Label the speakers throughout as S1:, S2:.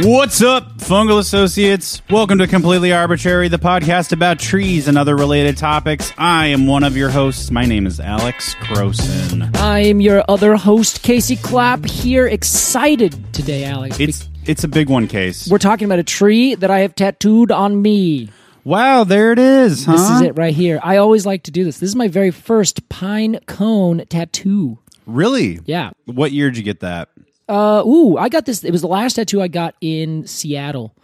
S1: What's up, Fungal Associates? Welcome to Completely Arbitrary, the podcast about trees and other related topics. I am one of your hosts. My name is Alex Grossen.
S2: I am your other host, Casey Clapp, here excited today, Alex.
S1: It's it's a big one, Case.
S2: We're talking about a tree that I have tattooed on me.
S1: Wow, there it is, huh?
S2: This is it right here. I always like to do this. This is my very first pine cone tattoo.
S1: Really?
S2: Yeah.
S1: What year did you get that?
S2: Uh, ooh, I got this. It was the last tattoo I got in Seattle,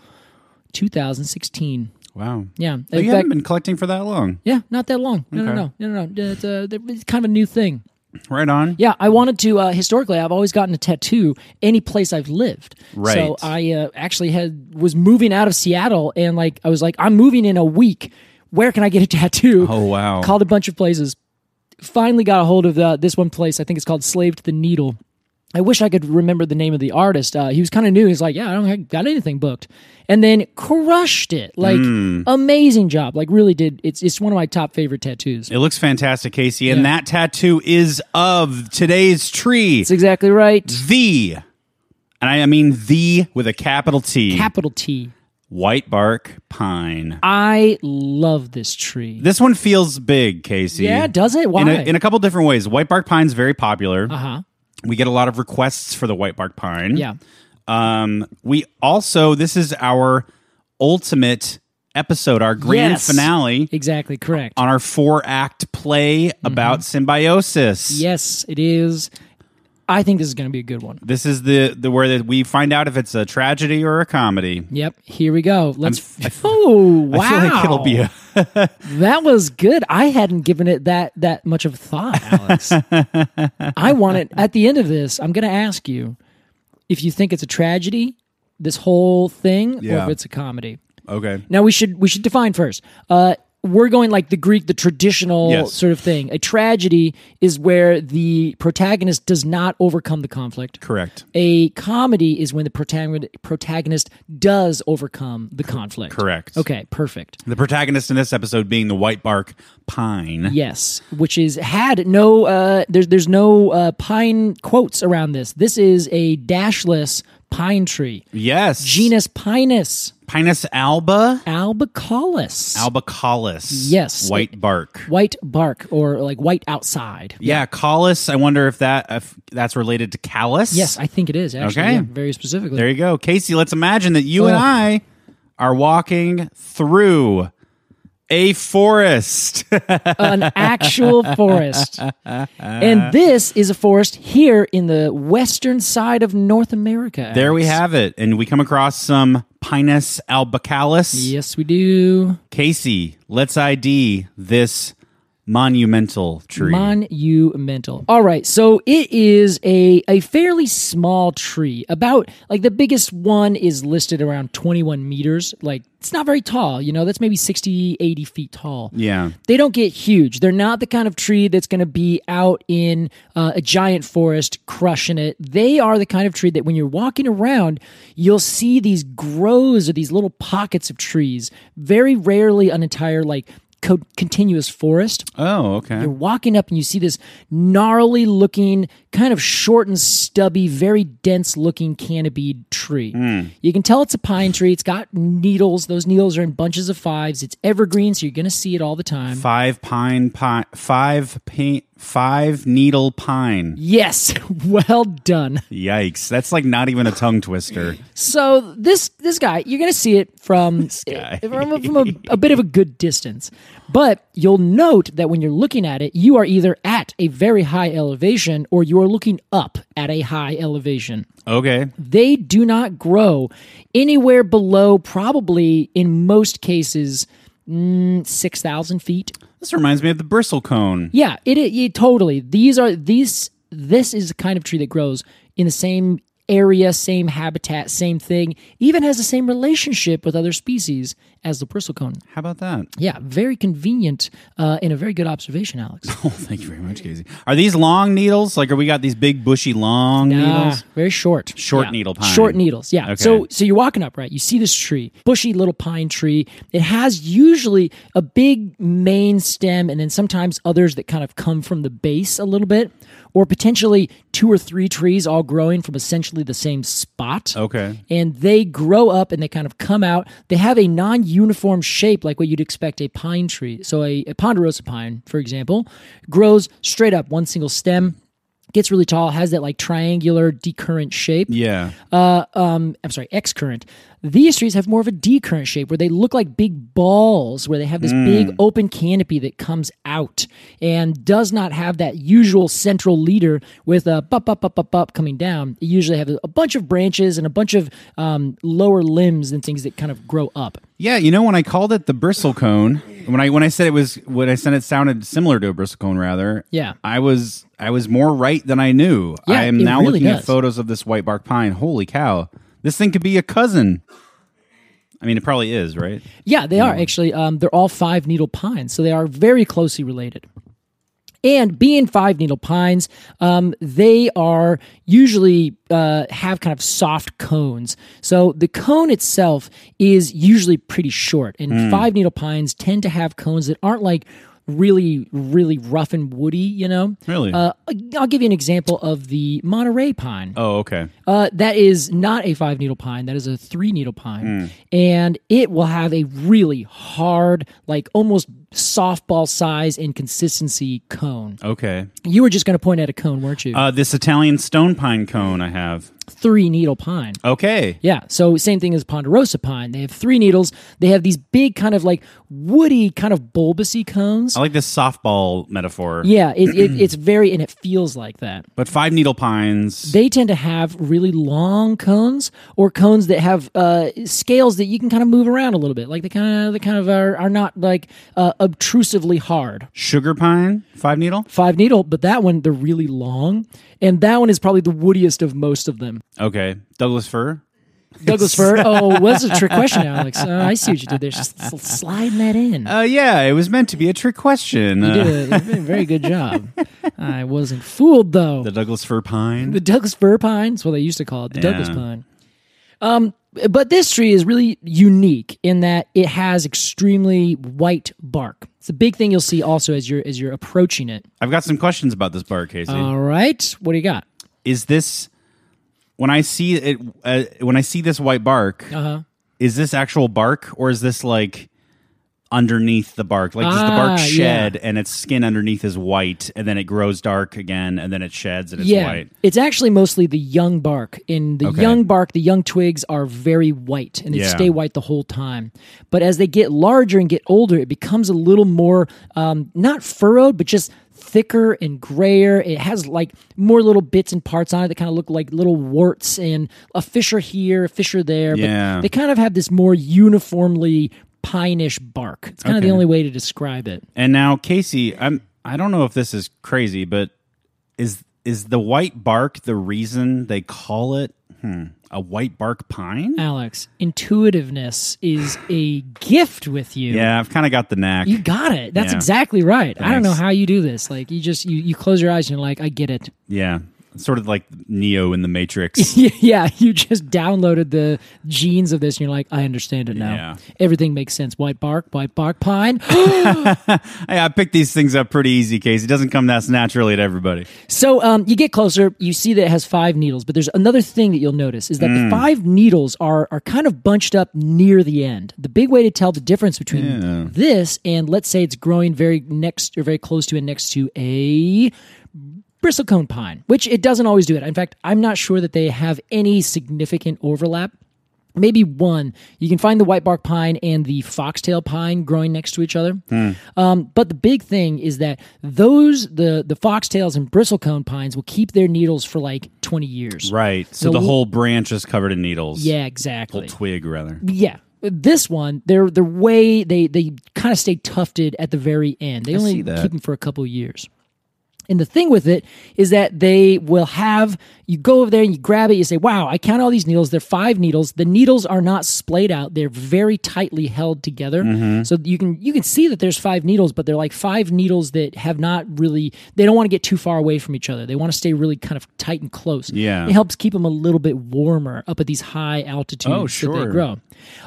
S2: 2016.
S1: Wow.
S2: Yeah.
S1: Oh,
S2: In
S1: you
S2: fact-
S1: haven't been collecting for that long.
S2: yeah, not that long. No, no, no, no, no. It's, uh, it's kind of a new thing.
S1: Right on.
S2: Yeah, I wanted to. Uh, historically, I've always gotten a tattoo any place I've lived.
S1: Right.
S2: So I uh, actually had was moving out of Seattle, and like I was like, I'm moving in a week. Where can I get a tattoo?
S1: Oh, wow.
S2: Called a bunch of places. Finally got a hold of uh, this one place. I think it's called Slave to the Needle. I wish I could remember the name of the artist. Uh, he was kind of new. He's like, yeah, I don't have, got anything booked, and then crushed it. Like
S1: Hmm.
S2: amazing job. Like really did. It's it's one of my top favorite tattoos.
S1: It looks fantastic, Casey. And that tattoo is of today's tree.
S2: That's exactly right.
S1: the, and I I mean the with a capital T,
S2: Capital T.
S1: white bark pine.
S2: I love this tree.
S1: This one feels big, Casey.
S2: yeah, does it? Why?
S1: In a, in a couple different ways. White bark pine's very popular.
S2: uh-huh.
S1: We get a lot of requests for the white bark pine.
S2: Yeah.
S1: Um, we also, this is our ultimate episode, our grand
S2: Yes.
S1: finale
S2: Exactly correct.
S1: on our four act play
S2: Mm-hmm.
S1: about symbiosis.
S2: yes, it is. I think this is going to be a good one.
S1: This is the, the where that we find out if it's a tragedy or a comedy.
S2: Yep, here we go. Let's.
S1: I f-
S2: oh wow,
S1: I feel like it'll be a
S2: that was good. I hadn't given it that that much of thought, Alex. I want it at the end of this. I'm going to ask you if you think it's a tragedy, this whole thing, or
S1: Yeah.
S2: if it's a comedy.
S1: okay.
S2: Now we should we should define first. Uh, we're going like the Greek, the traditional
S1: Yes.
S2: sort of thing. A tragedy is where the protagonist does not overcome the conflict.
S1: Correct.
S2: A comedy is when the protagonist protagonist does overcome the conflict.
S1: correct.
S2: Okay, perfect.
S1: The protagonist in this episode being the white bark pine.
S2: Yes, which is had no uh, there's there's no uh, pine quotes around this. This is a dashless pine tree.
S1: Yes.
S2: Genus Pinus
S1: Pinus alba.
S2: albicaulis.
S1: Albicollis.
S2: Yes.
S1: White bark.
S2: white bark or like white outside.
S1: Yeah, collis. I wonder if that if that's related to callus.
S2: Yes, I think it is actually.
S1: Okay.
S2: yeah, very specifically.
S1: there you go, Casey. Let's imagine that you and
S2: Ugh.
S1: I are walking through a forest.
S2: An actual forest. And this is a forest here in the western side of North America.
S1: there we
S2: Alex.
S1: have it, and we come across some Pinus albicollis.
S2: Yes, we do.
S1: Casey, let's ID this monumental tree.
S2: Monumental. All right, so it is a a fairly small tree. About like the biggest one is listed around 21 meters. Like it's not very tall, you know, that's maybe 60, 80 feet tall.
S1: yeah.
S2: they don't get huge. They're not the kind of tree that's going to be out in uh, a giant forest crushing it. They are the kind of tree that when you're walking around, you'll see these grows or these little pockets of trees. Very rarely an entire like co- continuous forest.
S1: Oh, okay.
S2: You're walking up and you see this gnarly looking, kind of short and stubby, very dense looking canopied tree. You can tell it's a pine tree. It's got needles. Those needles are in bunches of fives. It's evergreen, so you're going to see it all the time.
S1: Five pine pine five paint five needle pine.
S2: Yes, well done.
S1: Yikes. That's like not even a tongue twister.
S2: So this this guy, you're gonna see it from
S1: guy.
S2: eh, from, a- from a, a bit of a good distance, but you'll note that when you're looking at it, you are either at a very high elevation or you are looking up at a high elevation.
S1: Okay.
S2: They do not grow anywhere below, probably in most cases, mm, six thousand feet.
S1: This reminds me of the bristle cone.
S2: Yeah, it, it, it- totally. These are these. This is the kind of tree that grows in the same area, same habitat, same thing. Even has the same relationship with other species as the bristlecone.
S1: How about that?
S2: Yeah, very convenient uh, and a very good observation, Alex.
S1: Oh, thank you very much, Casey. Are these long needles? Like, are we got these big, bushy, long needles?
S2: Ah, very short.
S1: Short
S2: Yeah.
S1: needle pine.
S2: Short needles. Yeah.
S1: Okay.
S2: So so you're walking up, right? You see this tree, bushy little pine tree. It has usually a big main stem and then sometimes others that kind of come from the base a little bit or potentially two or three trees all growing from essentially the same spot
S1: Okay.
S2: and they grow up and they kind of come out. They have a non uniform shape like what you'd expect a pine tree. So, a, a ponderosa pine, for example, grows straight up, one single stem, gets really tall, has that like triangular decurrent shape.
S1: Yeah.
S2: I'm sorry, excurrent. These trees have more of a decurrent shape where they look like big balls, where they have this big open canopy that comes out and does not have that usual central leader with a bup, up, up, up, up coming down. It usually have a bunch of branches and a bunch of um, lower limbs and things that kind of grow up.
S1: Yeah, you know when I called it the bristle cone, when I when I said it was when I said it sounded similar to a bristle cone rather.
S2: Yeah.
S1: I was I was more right than I knew.
S2: Yeah,
S1: I am
S2: it
S1: now
S2: really
S1: looking at
S2: does.
S1: photos of this white bark pine. Holy cow. This thing could be a cousin. I mean it probably is, right?
S2: Yeah, they are actually. Um, they're all five needle pines, so they are very closely related. And being five needle pines, um, they are usually uh, have kind of soft cones. So the cone itself is usually pretty short, and five needle pines tend to have cones that aren't like really, really rough and woody. You know,
S1: Really?
S2: Uh, I'll give you an example of the Monterey pine.
S1: Oh, okay.
S2: Uh, that is not a five needle pine. That is a three needle pine,
S1: Hmm.
S2: and it will have a really hard, like almost softball size and consistency cone.
S1: Okay.
S2: You were just going to point at a cone, weren't you?
S1: Uh, this Italian stone pine cone I have.
S2: three needle pine.
S1: Okay.
S2: Yeah. So same thing as ponderosa pine. They have three needles. They have these big kind of like woody, kind of bulbousy cones.
S1: I like this softball metaphor.
S2: yeah, it, it, it's very, and it feels like that.
S1: But five needle pines.
S2: they tend to have really long cones or cones that have uh, scales that you can kind of move around a little bit. Like they kind of they kind of are, are not like uh, obtrusively hard.
S1: sugar pine, five needle?
S2: Five needle, but that one they're really long, and that one is probably the woodiest of most of them.
S1: Okay. Douglas fir?
S2: Douglas fir. Oh, well, that's a trick question, Alex. Uh, I see what you did there. Just sl- sliding that in.
S1: Uh, yeah, it was meant to be a trick question.
S2: you
S1: Uh,
S2: did a very good job. I wasn't fooled though.
S1: the Douglas fir pine.
S2: The Douglas fir pine. That's what they used to call it. The Douglas
S1: Yeah.
S2: pine. Um, but this tree is really unique in that it has extremely white bark. It's a big thing you'll see also as you're as you're approaching it.
S1: I've got some questions about this bark, Casey.
S2: All right, what do you got?
S1: is this when I see it? Uh, when I see this white bark, uh-huh. is this actual bark or is this like underneath the bark? Like does the
S2: Ah,
S1: bark
S2: yeah.
S1: shed and its skin underneath is white, and then it grows dark again, and then it sheds and it's
S2: yeah,
S1: white.
S2: it's actually mostly the young bark. In the
S1: Okay.
S2: young bark, the young twigs are very white and they
S1: Yeah.
S2: stay white the whole time. But as they get larger and get older, it becomes a little more um, not furrowed, but just thicker and grayer. It has like more little bits and parts on it that kind of look like little warts and a fissure here, a fissure there.
S1: Yeah.
S2: But they kind of have this more uniformly pineish bark. It's kind of the
S1: Okay.
S2: only way to describe it.
S1: And now, Casey, I'm I don't know if this is crazy, but is is the white bark the reason they call it hmm, a white bark pine?
S2: Alex, intuitiveness is a gift with you.
S1: Yeah, I've kind of got the knack.
S2: You got it. That's
S1: Yeah.
S2: exactly right. I don't know
S1: Thanks.
S2: how you do this. Like you just you, you close your eyes and you're like, I get it.
S1: Yeah. sort of like Neo in the Matrix.
S2: yeah, you just downloaded the genes of this, and you're like, I understand it now.
S1: Yeah.
S2: Everything makes sense. White bark, white bark, pine.
S1: Hey, I picked these things up pretty easy, Casey. It doesn't come that naturally to everybody.
S2: so um, you get closer, you see that it has five needles, but there's another thing that you'll notice is that
S1: Mm.
S2: the five needles are are kind of bunched up near the end. The big way to tell the difference between this and let's say it's growing very next or very close to and next to a bristlecone pine, which it doesn't always do it. In fact, I'm not sure that they have any significant overlap. Maybe one. You can find the white bark pine and the foxtail pine growing next to each other. Um, but the big thing is that those the the foxtails and bristlecone pines will keep their needles for like 20 years.
S1: Right. So
S2: The
S1: the
S2: l-
S1: whole branch is covered in needles.
S2: Yeah, exactly.
S1: Whole twig, rather.
S2: Yeah. This one, they're they're way they they kind of stay tufted at the very end. They only
S1: see that.
S2: keep them for a couple of years. And the thing with it is that they will have you go over there and you grab it. You say, "Wow, I count all these needles. They're five needles. The needles are not splayed out. They're very tightly held together.
S1: Mm-hmm.
S2: So you can you can see that there's five needles, but they're like five needles that have not really. They don't want to get too far away from each other. They want to stay really kind of tight and close.
S1: Yeah.
S2: it helps keep them a little bit warmer up at these high altitudes
S1: Oh,
S2: that
S1: sure.
S2: they grow.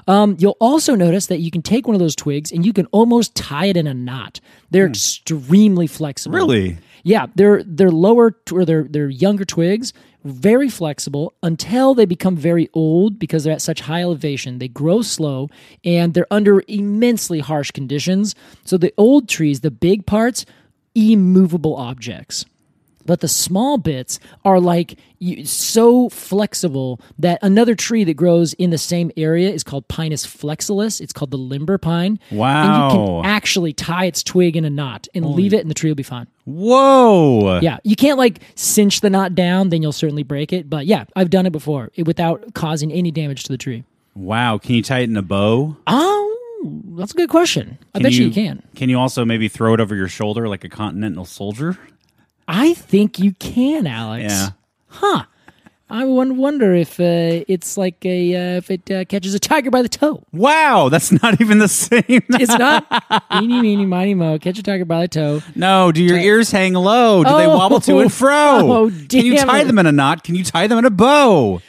S2: Um, you'll also notice that you can take one of those twigs and you can almost tie it in a knot. They're extremely flexible.
S1: Really?
S2: Yeah, they're they're lower t- or they're they're younger twigs, very flexible until they become very old because they're at such high elevation. They grow slow and they're under immensely harsh conditions. So the old trees, the big parts, immovable objects. But the small bits are like you, so flexible that another tree that grows in the same area is called Pinus flexilis. It's called the limber pine. And you
S1: Wow.
S2: can actually tie its twig in a knot and leave it, and the tree will be fine.
S1: Whoa.
S2: Yeah, you can't like cinch the knot down, then you'll certainly break it. But yeah, I've done it before it- without causing any damage to the tree.
S1: Wow. Can you tie it in a bow?
S2: Oh, that's a good question. I bet you, you can.
S1: Can you also maybe throw it over your shoulder like a continental soldier?
S2: I think you can, Alex.
S1: Yeah.
S2: I won- wonder if uh, it's like a uh, if it uh, catches a tiger by the toe.
S1: Wow. That's not even the same.
S2: It's not eeny meeny miny mo. Catch a tiger by the toe.
S1: no. Do your ears hang low? Do they
S2: Oh.
S1: wobble to and fro?
S2: Oh,
S1: Can you
S2: damn
S1: tie
S2: it.
S1: them in a knot? Can you tie them in a bow?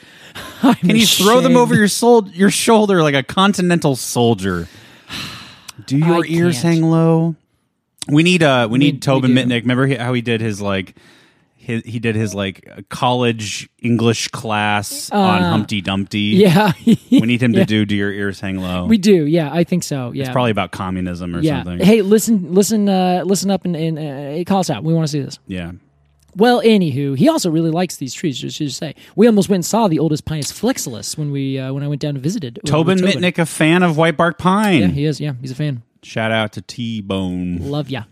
S2: I'm
S1: Can you throw them
S2: ashamed.
S1: over your sol- your shoulder like a continental soldier? Do your
S2: I
S1: ears
S2: can't.
S1: hang low? We need uh we need
S2: we
S1: Tobin
S2: do.
S1: Mitnick. Remember he- how he did his like his, he did his like college English class on Humpty Dumpty.
S2: Uh, Yeah,
S1: We need him to do do your ears hang low.
S2: we do. Yeah, I think so. Yeah,
S1: it's probably about communism or
S2: yeah.
S1: something.
S2: Hey, listen, listen, uh, listen up and, and uh, call us out. We want to see this.
S1: Yeah.
S2: Well, anywho, he also really likes these trees. Just to say, we almost went and saw the oldest Pinus flexilis when we uh, when I went down to visited. with
S1: Tobin Mitnick, a fan of White Bark Pine.
S2: Yeah, he is. Yeah, he's a fan.
S1: Shout out to T Bone.
S2: Love ya.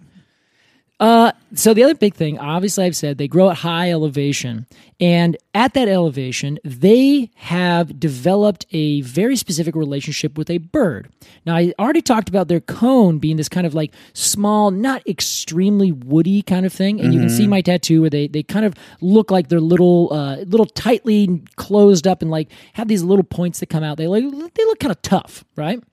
S2: Uh, so the other big thing, obviously, I've said they grow at high elevation, and at that elevation, they have developed a very specific relationship with a bird. Now, I already talked about their cone being this kind of like small, not extremely woody kind of thing, and you can see my tattoo where they they kind of look like they're little, uh, little tightly closed up, and like have these little points that come out. They like they look kind of tough, right?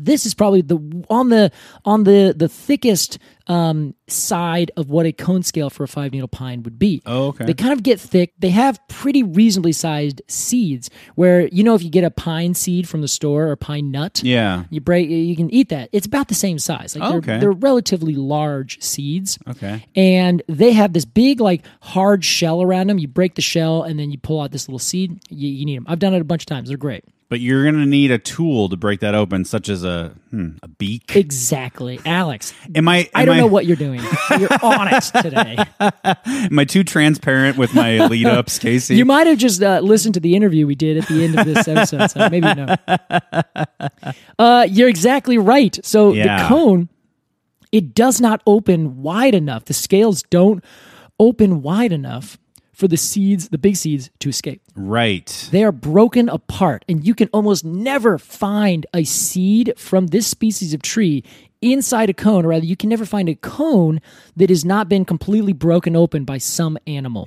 S2: this is probably the on the on the the thickest um, side of what a cone scale for a five needle pine would be.
S1: Oh, okay.
S2: They kind of get thick. They have pretty reasonably sized seeds. Where you know if you get a pine seed from the store or pine nut,
S1: Yeah.
S2: you break you can eat that. It's about the same size. Like
S1: Oh,
S2: they're,
S1: okay.
S2: they're relatively large seeds.
S1: Okay.
S2: And they have this big, like, hard shell around them. You break the shell and then you pull out this little seed. You, you need them. I've done it a bunch of times. They're great.
S1: But you're gonna need a tool to break that open, such as a hmm, a beak.
S2: Exactly. Alex,
S1: Am I? Am
S2: I don't know what you're doing. You're on it today.
S1: Am I too transparent with my lead ups, Casey?
S2: You might have just uh, listened to the interview we did at the end of this episode, so maybe no. Uh, you're exactly right. So
S1: Yeah.
S2: the cone, it does not open wide enough. The scales don't open wide enough for the seeds, the big seeds, to escape.
S1: right.
S2: They are broken apart, and you can almost never find a seed from this species of tree inside a cone, or rather, you can never find a cone that has not been completely broken open by some animal.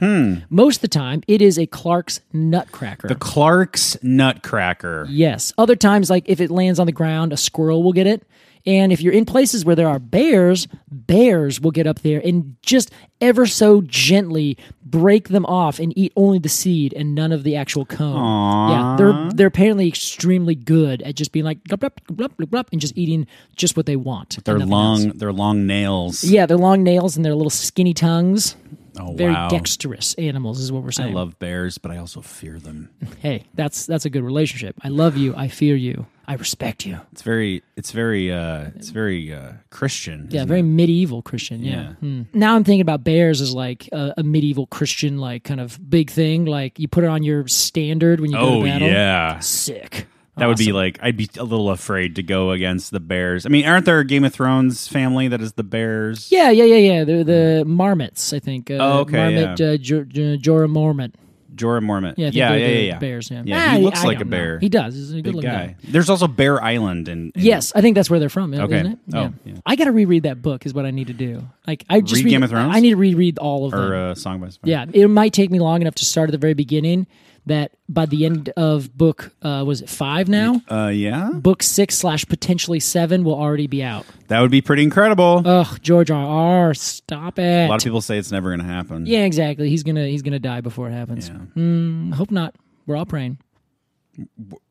S2: Most of the time, it is a Clark's nutcracker.
S1: The Clark's Nutcracker.
S2: yes. Other times, like if it lands on the ground, a squirrel will get it. And if you're in places where there are bears, bears will get up there and just ever so gently break them off and eat only the seed and none of the actual cone.
S1: Aw.
S2: Yeah, they're they're apparently extremely good at just being like glup, glup, glup, glup, glup, and just eating just what they want. and
S1: Their
S2: nothing
S1: long,
S2: else.
S1: their long nails.
S2: Yeah, their long nails and their little skinny tongues.
S1: Oh
S2: Very
S1: wow.
S2: dexterous animals is what we're
S1: I
S2: saying.
S1: love bears, but I also fear them.
S2: hey, that's that's a good relationship. I love you. I fear you. I respect you.
S1: It's very, it's very, uh, it's very uh, Christian.
S2: Yeah,
S1: isn't
S2: very
S1: it?
S2: medieval Christian. Yeah.
S1: Yeah.
S2: Hmm. Now I'm thinking about bears as like a, a medieval Christian, like kind of big thing. Like you put it on your standard when you go
S1: Oh
S2: to battle.
S1: yeah,
S2: Sick.
S1: that would be like I'd be a little afraid to go against the bears. I mean, aren't there a Game of Thrones family that is the bears?
S2: Yeah, yeah, yeah, yeah. They're the marmots, I think. Uh,
S1: Oh, okay,
S2: Marmot,
S1: yeah.
S2: uh, Jor- Jor- Jorah Mormont.
S1: Jorah Mormont.
S2: Yeah, I think
S1: yeah,
S2: they're
S1: yeah,
S2: the
S1: yeah, yeah.
S2: Bears. Yeah,
S1: yeah. He
S2: Ah,
S1: looks
S2: I
S1: like a
S2: don't know.
S1: bear.
S2: He does. He's a good
S1: Big
S2: looking guy.
S1: guy. There's also Bear Island in, in
S2: Yes, I think that's where they're from.
S1: Okay.
S2: Isn't it?
S1: Oh,
S2: Yeah.
S1: yeah.
S2: I got to reread that book. Is what I need to do. Like I just
S1: Read Game of Thrones?
S2: I need to reread all of them.
S1: or uh, Song by Song.
S2: Yeah, it might take me long enough to start at the very beginning. That by the end of book, uh, was it five now?
S1: Uh, yeah,
S2: Book six slash potentially seven will already be out.
S1: that would be pretty incredible.
S2: Ugh, George R. R. Stop it.
S1: a lot of people say it's never going to happen.
S2: yeah, exactly. He's gonna he's gonna die before it happens. Hmm, hope not. We're all praying.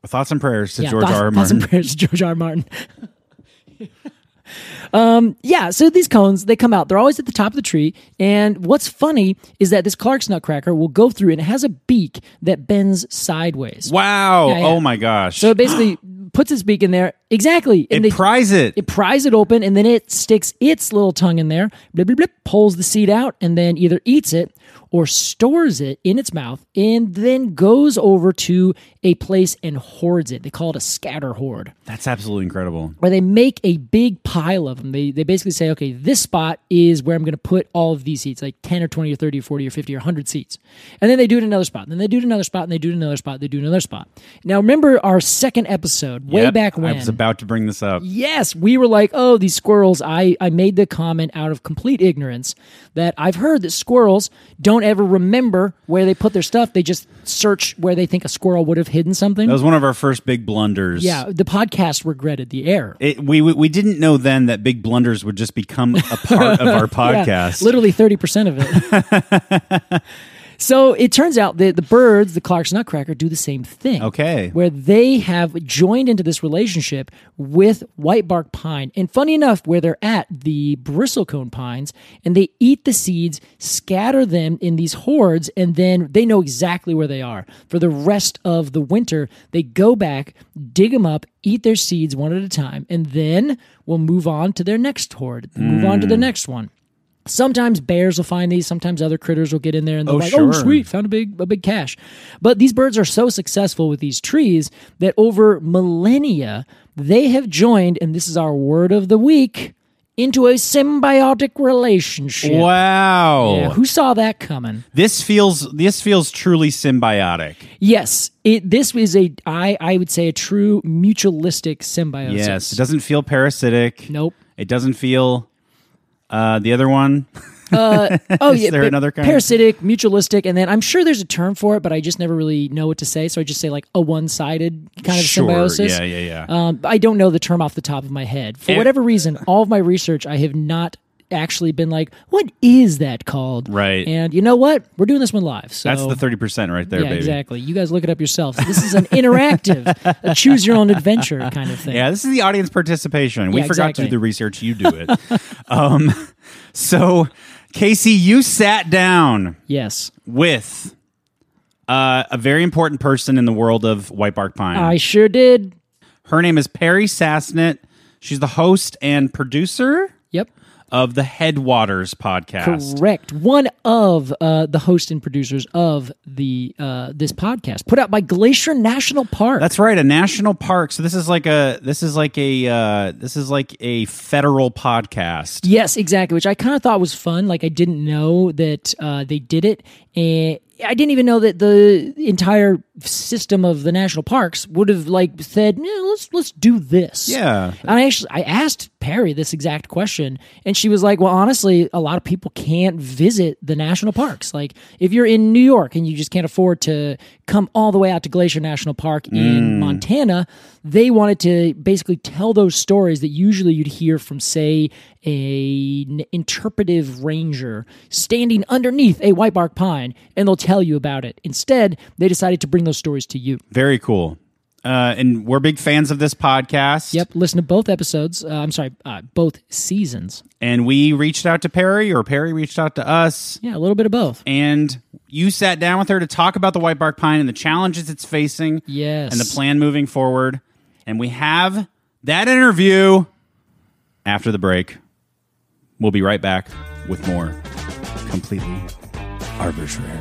S1: Thoughts and prayers to
S2: yeah,
S1: George
S2: thoughts,
S1: R. R.
S2: thoughts and
S1: Martin.
S2: prayers to George R. R. Martin. um, yeah, so these cones, they come out. They're always at the top of the tree. And what's funny is that this Clark's Nutcracker will go through and it has a beak that bends sideways.
S1: Wow!
S2: Yeah, yeah.
S1: Oh my gosh!
S2: So it basically puts its beak in there. Exactly.
S1: it
S2: And they-
S1: pries it.
S2: it pries it open and then it sticks its little tongue in there, blip, blip, blip, pulls the seed out, and then either eats it or stores it in its mouth and then goes over to a place and hoards it. They call it a scatter hoard,
S1: That's absolutely incredible.
S2: where they make a big pile of them. They, they basically say, okay, this spot is where I'm going to put all of these seeds, like 10 or 20 or 30 or 40 or 50 or 100 seeds. And then they do it in another spot. And then they do it in another spot. And they do it in another spot. They do it in another spot. Now, remember our second episode, way
S1: Yep,
S2: back when.
S1: I was about to bring this up.
S2: Yes, we were like, oh, these squirrels. I, I made the comment out of complete ignorance that I've heard that squirrels don't ever remember where they put their stuff. They just search where they think a squirrel would have hidden something.
S1: That was one of our first big blunders.
S2: yeah, the podcast regretted the error.
S1: It, we, we we didn't know then that big blunders would just become a part of our podcast.
S2: Yeah, literally 30% of it. so it turns out that the birds, the Clark's Nutcracker, do the same thing.
S1: Okay.
S2: Where they have joined into this relationship with white bark pine. And funny enough, where they're at, the bristlecone pines, and they eat the seeds, scatter them in these hordes, and then they know exactly where they are. For the rest of the winter, they go back, dig them up, eat their seeds one at a time, and then we'll move on to their next horde, move on to
S1: Hmm.
S2: the next one. Sometimes bears will find these. Sometimes other critters will get in there and they're
S1: Oh,
S2: like, "Oh,
S1: sure.
S2: sweet, found a big a big cache." But these birds are so successful with these trees that over millennia they have joined, and this is our word of the week, into a symbiotic relationship.
S1: Wow.
S2: Yeah, who saw that coming?
S1: This feels this feels truly symbiotic.
S2: Yes, it. This is a I I would say a true mutualistic symbiosis.
S1: Yes. It doesn't feel parasitic.
S2: Nope.
S1: It doesn't feel uh the other one.
S2: Oh,
S1: Is
S2: yeah,
S1: there
S2: but
S1: another kind?
S2: Parasitic, mutualistic, and then I'm sure there's a term for it, but I just never really know what to say. So I just say like a one-sided kind of
S1: Sure,
S2: symbiosis.
S1: yeah, yeah, yeah.
S2: Um, but I don't know the term off the top of my head. For
S1: It-
S2: whatever reason, all of my research, I have not actually been like, what is that called?
S1: Right.
S2: And you know what? We're doing this one live. So
S1: That's the thirty percent right there,
S2: yeah,
S1: baby.
S2: exactly. You guys look it up yourselves. This is an interactive, a choose your own adventure kind of thing.
S1: Yeah, this is the audience participation. We
S2: Yeah,
S1: forgot
S2: exactly.
S1: to do the research. You do it. um, so, Casey, you sat down
S2: Yes,
S1: with uh, a very important person in the world of white bark pine.
S2: I sure did.
S1: Her name is Perry Sassnett. She's the host and producer
S2: Yep.
S1: of the Headwaters podcast.
S2: Correct. One of uh, the hosts and producers of the uh, this podcast, put out by Glacier National Park.
S1: That's right, a national park. So this is like a this is like a uh, this is like a federal podcast.
S2: yes, exactly. Which I kind of thought was fun. Like I didn't know that uh, they did it, and I didn't even know that the entire system of the national parks would have like said, "Yeah, let's let's do this.
S1: Yeah.
S2: And I actually I asked Perry this exact question, and she was like, "Well, honestly, a lot of people can't visit the national parks. Like, if you're in New York and you just can't afford to come all the way out to Glacier National Park in Montana, they wanted to basically tell those stories that usually you'd hear from, say, a- an interpretive ranger standing underneath a white bark pine, and they'll tell you about it. Instead, they decided to bring those stories to you.
S1: Very cool. Uh, and we're big fans of this podcast.
S2: Yep, listen to both episodes. Uh, I'm sorry, uh, both seasons.
S1: And we reached out to Perry, or Perry reached out to us.
S2: Yeah, a little bit of both.
S1: And you sat down with her to talk about the white bark pine and the challenges it's facing.
S2: Yes.
S1: And the plan moving forward. And we have that interview after the break. We'll be right back with more completely arbitrary.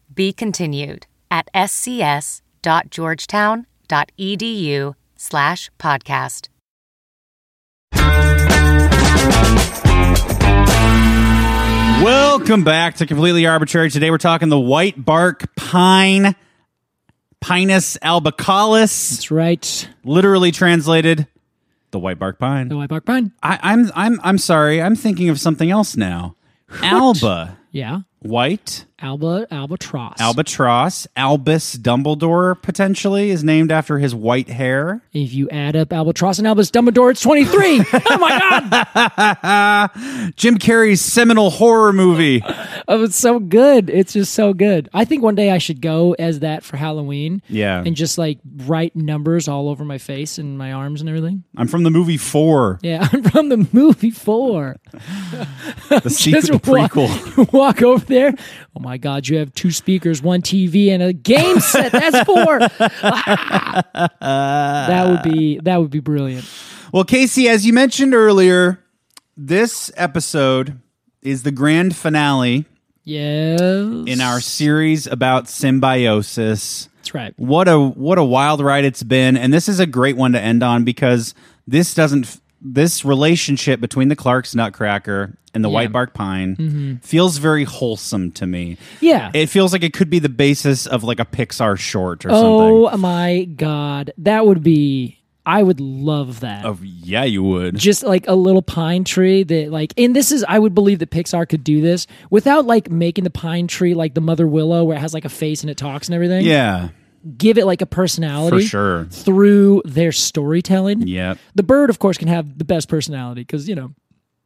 S3: Be continued at scs.georgetown.edu slash podcast.
S1: Welcome back to Completely Arbitrary. Today we're talking the white bark pine, Pinus albicalis,
S2: That's right.
S1: literally translated the white bark pine.
S2: The white bark pine.
S1: I, I'm I'm I'm sorry. I'm thinking of something else now. Alba,
S2: Yeah.
S1: white
S2: Alba albatross.
S1: albatross, Albus Dumbledore potentially is named after his white hair.
S2: If you add up albatross and Albus Dumbledore, it's 23. oh my god.
S1: Jim Carrey's seminal horror movie.
S2: Oh, it's so good. It's just so good. I think one day I should go as that for Halloween.
S1: Yeah.
S2: And just like write numbers all over my face and my arms and everything.
S1: I'm from the movie Four,
S2: Yeah, I'm from the movie four.
S1: the sequel, the
S2: walk,
S1: prequel.
S2: walk over there. Oh my God, you have two speakers, one TV, and a game set. That's four. Ah. that would be that would be brilliant.
S1: Well, Casey, as you mentioned earlier, this episode is the grand finale
S2: Yes.
S1: in our series about symbiosis.
S2: That's right.
S1: What a what a wild ride it's been, and this is a great one to end on because this doesn't f- this relationship between the Clark's Nutcracker and the White Bark Pine feels very wholesome to me.
S2: Mm-hmm. Yeah.
S1: It feels like it could be the basis of like a Pixar short or
S2: oh
S1: something.
S2: my God. That would be I would love that.
S1: Oh, yeah, you would.
S2: just like a little pine tree that like and this is i would believe that pixar could do this without like making the pine tree like the mother willow where it has like a face and it talks and everything
S1: yeah,
S2: give it like a personality
S1: for sure.
S2: through their storytelling
S1: Yep.
S2: the bird of course can have the best personality because you know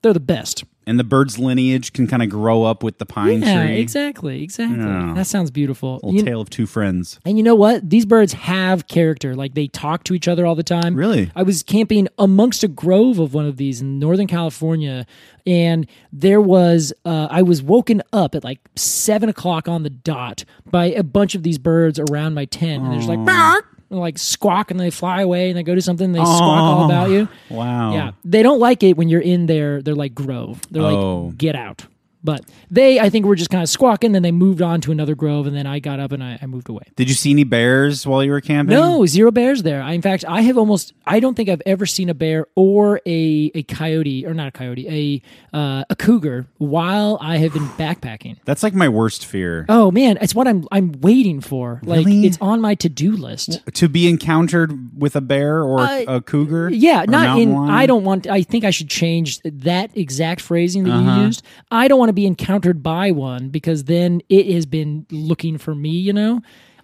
S2: they're the best
S1: And the bird's lineage can kind of grow up with the pine
S2: yeah
S1: tree.
S2: exactly exactly that sounds beautiful
S1: Little
S2: You-
S1: tale of two friends.
S2: And you know what? These birds have character. Like they talk to each other all the time.
S1: Really?
S2: I was camping amongst a grove of one of these in Northern California, and there was uh, I was woken up at like seven o'clock on the dot by a bunch of these birds around my tent, and they're just like. "Meow," and like squawk and they fly away and they go do something and they squawk all
S1: Oh.
S2: about you.
S1: Wow.
S2: Yeah. They don't like it when you're in their their like grove. They're
S1: Oh.
S2: like get out. But they, I think, were just kind of squawking. Then they moved on to another grove, and then I got up and I, I moved away.
S1: Did you see any bears while you were camping?
S2: No, zero bears there. I, in fact, I have almost. I don't think I've ever seen a bear or a a coyote or not a coyote, a uh, a cougar while I have been backpacking.
S1: That's like my worst fear.
S2: Oh man, it's what I'm I'm waiting for. Like
S1: Really?
S2: it's on my to do list.
S1: To be encountered with a bear or
S2: Uh,
S1: a cougar?
S2: Yeah,
S1: Or
S2: not
S1: mountain
S2: in.
S1: lion?
S2: I don't want. I think I should change that exact phrasing that you
S1: Uh-huh.
S2: used. I don't want to be encountered by one because then it has been looking for me. You know,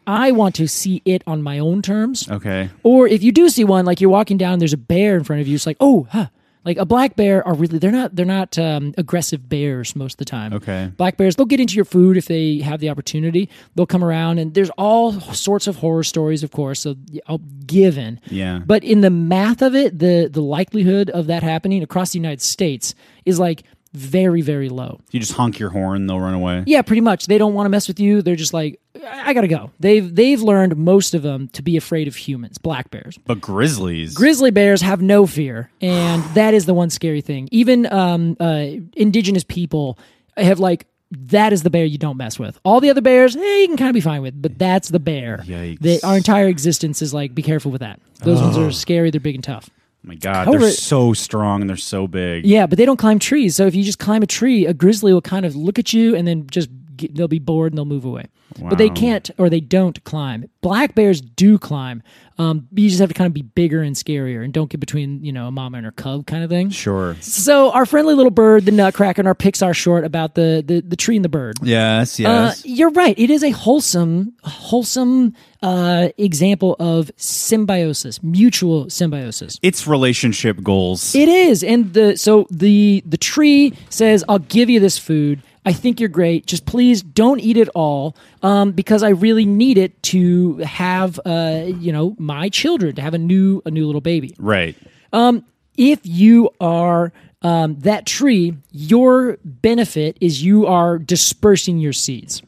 S2: I want to see it on my own terms.
S1: Okay.
S2: Or if you do see one, like you're walking down, there's a bear in front of you. It's like, oh, huh. Like a black bear are really they're not they're not um, aggressive bears most of the time.
S1: Okay.
S2: black bears they'll get into your food if they have the opportunity. They'll come around and there's all sorts of horror stories, of course. So I'll given.
S1: Yeah.
S2: But in the math of it, the the likelihood of that happening across the United States is like very very low.
S1: You just honk your horn, they'll run away.
S2: Yeah, pretty much. They don't want to mess with you. They're just like, I I gotta go. They've they've learned most of them to be afraid of humans, black bears.
S1: But grizzlies.
S2: Grizzly bears have no fear, and that is the one scary thing. Even um, uh, indigenous people have like that is the bear you don't mess with. All the other bears, eh, you can kind of be fine with, but that's the bear.
S1: Yikes.
S2: That our entire existence is like, be careful with that. Those ones are scary. They're big and tough.
S1: oh my God,
S2: However-
S1: they're so strong and they're so big.
S2: Yeah, but they don't climb trees. So if you just climb a tree, a grizzly will kind of look at you and then just get, they'll be bored and they'll move away. But they
S1: Wow.
S2: can't or they don't climb. Black bears do climb. Um, you just have to kind of be bigger and scarier and don't get between you know a mama and her cub kind of thing.
S1: Sure.
S2: So our friendly little bird, the nutcracker, and our Pixar short about the the, the tree and the bird.
S1: Yes,
S2: Uh,
S1: yes.
S2: you're right. It is a wholesome, wholesome uh, example of symbiosis, mutual symbiosis.
S1: it's relationship goals.
S2: It is, and the so the the tree says, "I'll give you this food. I think you're great. Just please don't eat it all, um, because I really need it to have, uh, you know, my children to have a new a new little baby.
S1: right.
S2: If you are um, that tree, your benefit is you are dispersing your seeds.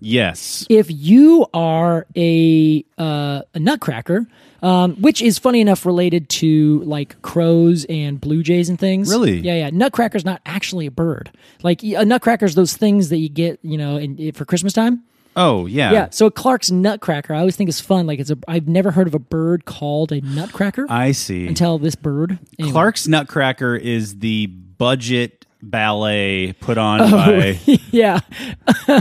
S1: Yes.
S2: If you are a uh, a nutcracker." Um, which is funny enough related to like crows and blue jays and things.
S1: Really?
S2: Yeah, yeah. Nutcracker's not actually a bird. Like a nutcracker's those things that you get, you know, in, for Christmas time.
S1: oh, yeah.
S2: Yeah. So Clark's nutcracker, I always think is fun. Like it's a, I've never heard of a bird called a nutcracker
S1: I see.
S2: until this bird. Anyway.
S1: Clark's Nutcracker is the budget ballet put on
S2: Oh,
S1: by
S2: yeah.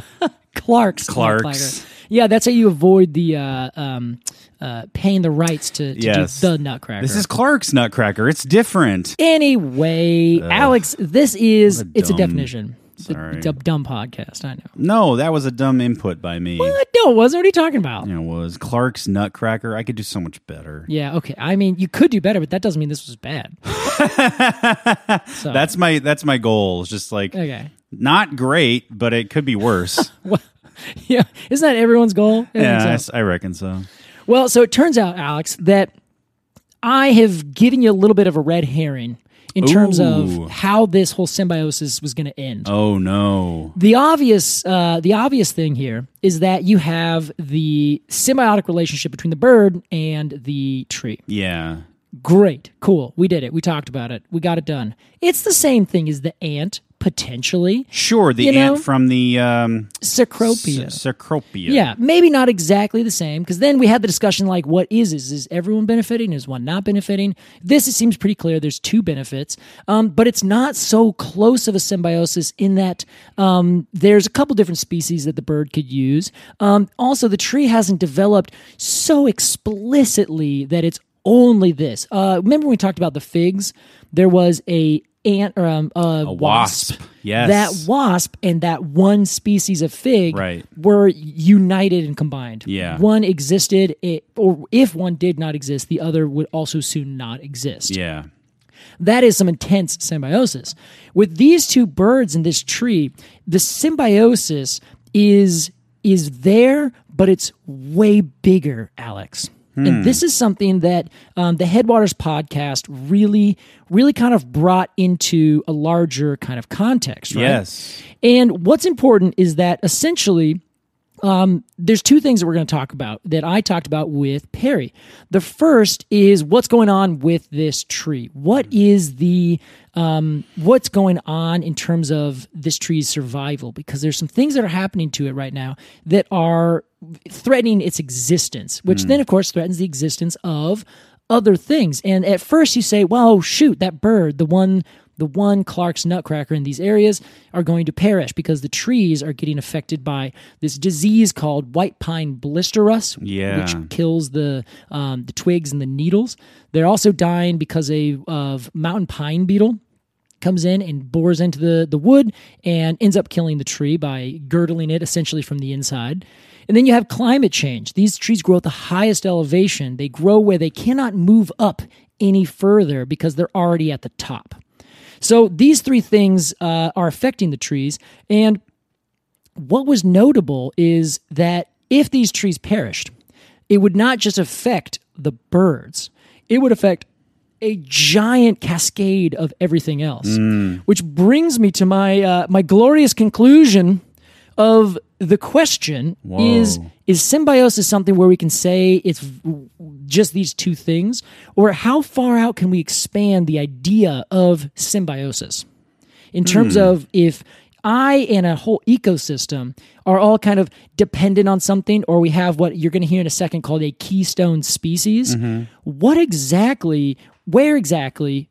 S2: Clark's.
S1: Clark's.
S2: Nutcracker. Yeah, that's how you avoid the uh, um, uh, paying the rights to, to
S1: Yes.
S2: do the nutcracker.
S1: This is Clark's Nutcracker. It's different.
S2: anyway, Alex. This is it's a
S1: dumb-
S2: definition. It's a
S1: Sorry.
S2: dumb- dumb podcast. I know.
S1: No, that was a dumb input by me.
S2: What? No, it wasn't. What are you talking about?
S1: You know, was Clark's Nutcracker. I could do so much better.
S2: Yeah, okay. I mean, you could do better, but that doesn't mean this was bad.
S1: That's my that's my goal. It's just like
S2: Okay.
S1: not great, but it could be worse.
S2: yeah, isn't that everyone's goal? I think
S1: yeah,
S2: so.
S1: I s- I, reckon so.
S2: Well, so it turns out, Alex, that I have given you a little bit of a red herring in terms
S1: Ooh.
S2: of how this whole symbiosis was going to end.
S1: Oh no.
S2: The obvious, uh, the obvious thing here is that you have the symbiotic relationship between the bird and the tree.
S1: Yeah.
S2: Great, cool. We did it. We talked about it. We got it done. It's the same thing as the ant potentially.
S1: Sure, the
S2: You know?
S1: ant from the um
S2: Cecropia.
S1: S- Cecropia.
S2: Yeah, maybe not exactly the same because then we had the discussion like, what is this? Is everyone benefiting? Is one not benefiting? This it seems pretty clear. There's two benefits, um, but it's not so close of a symbiosis in that um, there's a couple different species that the bird could use. Um, also, the tree hasn't developed so explicitly that it's only this. Uh, remember when we talked about the figs? There was a ant or um, a,
S1: wasp. Yes.
S2: that wasp and that one species of fig
S1: Right.
S2: were united and combined.
S1: Yeah.
S2: One existed, it, or if one did not exist, the other would also soon not exist.
S1: Yeah.
S2: That is some intense symbiosis. With these two birds in this tree, the symbiosis is is there, but it's way bigger, Alex.
S1: Hmm.
S2: And this is something that um, the Headwaters podcast really, really kind of brought into a larger kind of context, right?
S1: Yes.
S2: And what's important is that essentially um, there's two things that we're going to talk about that I talked about with Perry. The first is what's going on with this tree. What is the um, what's going on in terms of this tree's survival? Because there's some things that are happening to it right now that are threatening its existence, which then of course threatens the existence of other things. And at first you say, "Well, oh, shoot, that bird, the one." The one Clark's nutcracker in these areas are going to perish because the trees are getting affected by this disease called white pine blister rust,
S1: Yeah.
S2: which kills the um, the twigs and the needles. They're also dying because a, of mountain pine beetle comes in and bores into the the wood and ends up killing the tree by girdling it essentially from the inside. And then you have climate change. These trees grow at the highest elevation. They grow where they cannot move up any further because they're already at the top. So these three things uh, are affecting the trees. And what was notable is that if these trees perished, it would not just affect the birds, it would affect a giant cascade of everything else. Which brings me to my uh, my glorious conclusion of the question is
S1: Whoa.
S2: is symbiosis something where we can say it's v- just these two things or how far out can we expand the idea of symbiosis? in terms of if I and a whole ecosystem are all kind of dependent on something, or we have what you're going to hear in a second called a keystone species. What exactly, where exactly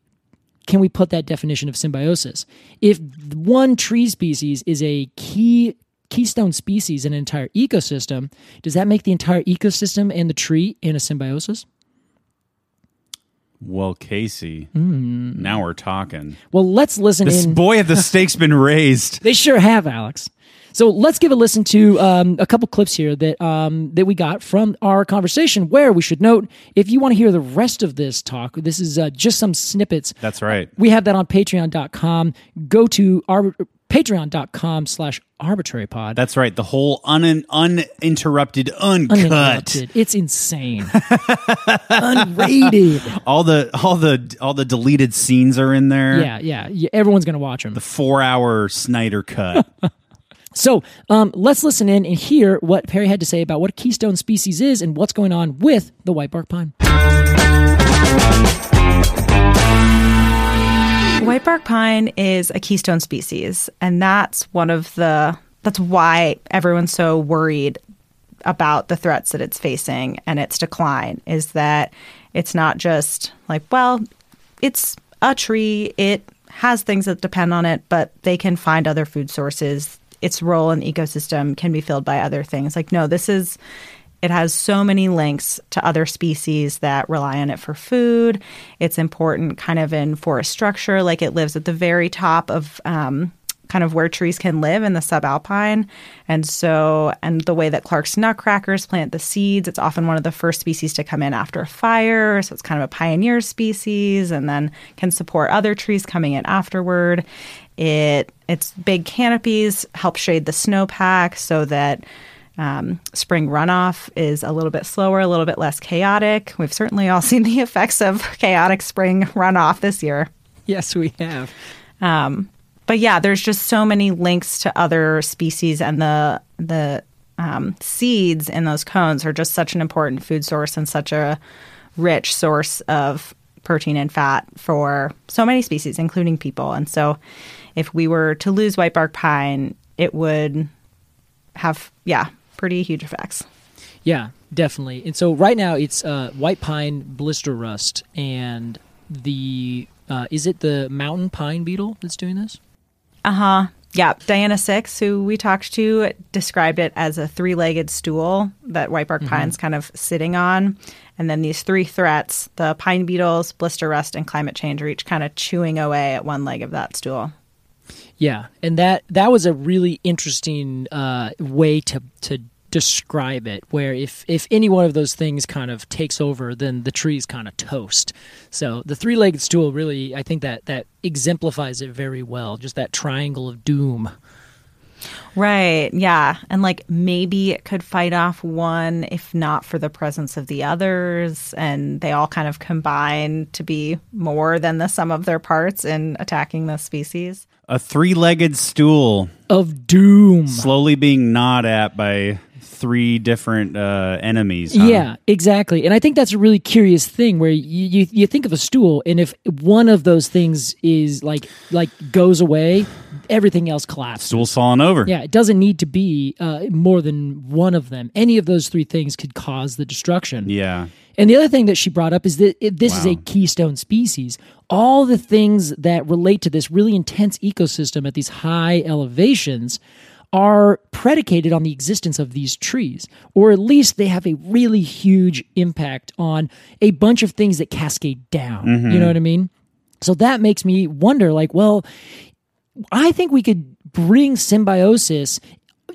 S2: can we put that definition of symbiosis? If one tree species is a key keystone species in an entire ecosystem, does that make the entire ecosystem and the tree in a symbiosis?
S1: Well, Casey,
S2: Hmm.
S1: now we're talking.
S2: Well, let's listen
S1: This
S2: in.
S1: boy, have the stakes been raised?
S2: They sure have, Alex. So let's give a listen to um, a couple clips here that um, that we got from our conversation. Where we should note, if you want to hear the rest of this talk, this is uh, just some snippets.
S1: That's right.
S2: We have that on Patreon.com. Go to our Patreon.com/slash Arbitrary Pod.
S1: That's right. The whole un- uninterrupted, uncut.
S2: Uninterrupted. It's insane. Unrated.
S1: All the all the all the deleted scenes are in there.
S2: Yeah, yeah, yeah. Everyone's gonna watch them.
S1: The four hour Snyder cut.
S2: So um, let's listen in and hear what Perry had to say about what a keystone species is and what's going on with the white bark pine.
S4: White bark pine is a keystone species, and that's one of the that's why everyone's so worried about the threats that it's facing and its decline is that it's not just like, well, it's a tree, it has things that depend on it, but they can find other food sources. Its role in the ecosystem can be filled by other things. Like, no, this is it has so many links to other species that rely on it for food. It's important kind of in forest structure, like it lives at the very top of um, kind of where trees can live in the subalpine. And so, and the way that Clark's nutcrackers plant the seeds, it's often one of the first species to come in after a fire. So it's kind of a pioneer species and then can support other trees coming in afterward. It its big canopies help shade the snowpack so that um, spring runoff is a little bit slower, a little bit less chaotic. We've certainly all seen the effects of chaotic spring runoff this year.
S2: Yes, we have.
S4: Um, but yeah, there's just so many links to other species, and the the um, seeds in those cones are just such an important food source and such a rich source of protein and fat for so many species, including people. And so, if we were to lose white bark pine, it would have yeah pretty huge effects.
S2: Yeah, definitely. And so right now it's uh, white pine blister rust and the uh, is it the mountain pine beetle that's doing this?
S4: Uh-huh. Yeah, Diana Six, who we talked to, described it as a three-legged stool that white bark pine's kind of sitting on, and then these three threats: the pine beetles, blister rust, and climate change are each kind of chewing away at one leg of that stool.
S2: Yeah, and that that was a really interesting uh, way to to describe it. Where if if any one of those things kind of takes over, then the tree's kind of toast. So the three legged stool really, I think that that exemplifies it very well. Just that triangle of doom.
S4: Right. Yeah, and like maybe it could fight off one if not for the presence of the others, and they all kind of combine to be more than the sum of their parts in attacking this species.
S1: A three legged stool
S2: Of doom.
S1: slowly being gnawed at by three different uh, enemies. huh?
S2: Yeah, exactly. And I think that's a really curious thing where you, you you think of a stool, and if one of those things is like like goes away, everything else collapses.
S1: Stool's falling over.
S2: Yeah, it doesn't need to be uh, more than one of them. Any of those three things could cause the destruction.
S1: Yeah.
S2: And the other thing that she brought up is that it, this is a keystone species. All the things that relate to this really intense ecosystem at these high elevations are predicated on the existence of these trees, or at least they have a really huge impact on a bunch of things that cascade down. You know what I mean? So that makes me wonder like, well, I think we could bring symbiosis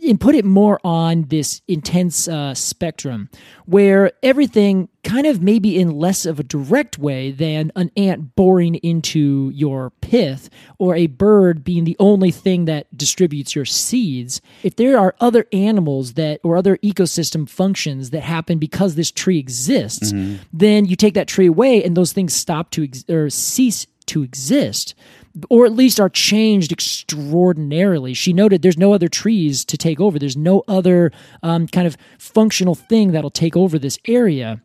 S2: and put it more on this intense uh, spectrum where everything kind of maybe in less of a direct way than an ant boring into your pith or a bird being the only thing that distributes your seeds if there are other animals that or other ecosystem functions that happen because this tree exists then you take that tree away and those things stop to ex- or cease to exist or at least are changed extraordinarily. She noted there's no other trees to take over, there's no other um, kind of functional thing that'll take over this area.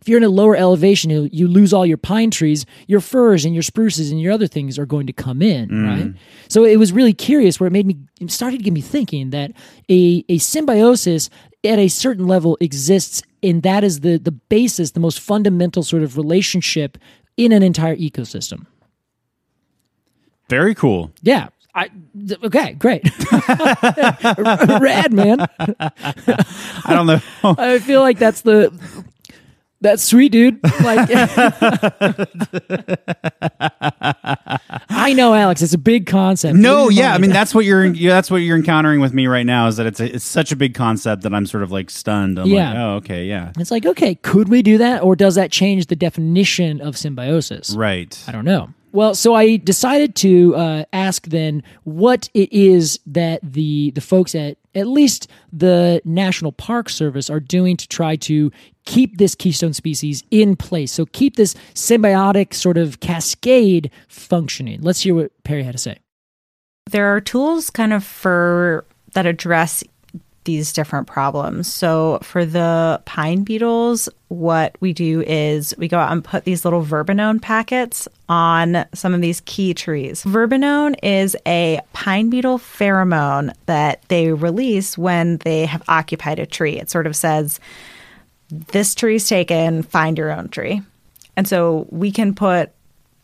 S2: If you're in a lower elevation, you, you lose all your pine trees, your firs and your spruces and your other things are going to come in, right? So it was really curious where it made me it started to get me thinking that a, a symbiosis at a certain level exists and that is the the basis, the most fundamental sort of relationship in an entire ecosystem.
S1: Very cool.
S2: Yeah. I th- okay, great. Rad, man.
S1: I don't know.
S2: I feel like that's the that's sweet, dude. Like I know, Alex, it's a big concept.
S1: No,
S2: Leave it
S1: yeah, I
S2: alone.
S1: mean that's what you're yeah, that's what you're encountering with me right now is that it's a, it's such a big concept that I'm sort of like stunned. I'm like,
S2: Yeah.
S1: oh, okay, yeah,
S2: it's like, okay, could we do that or does that change the definition of symbiosis?
S1: right.
S2: I don't know. Well, so I decided to uh, ask then what it is that the the folks at at least the National Park Service are doing to try to keep this keystone species in place. So keep this symbiotic sort of cascade functioning. Let's hear what Perry had to say.
S4: there are tools kind of for that address these different problems. So for the pine beetles, what we do is we go out and put these little verbenone packets on some of these key trees. Verbenone is a pine beetle pheromone that they release when they have occupied a tree. It sort of says, this tree's taken, find your own tree. And so we can put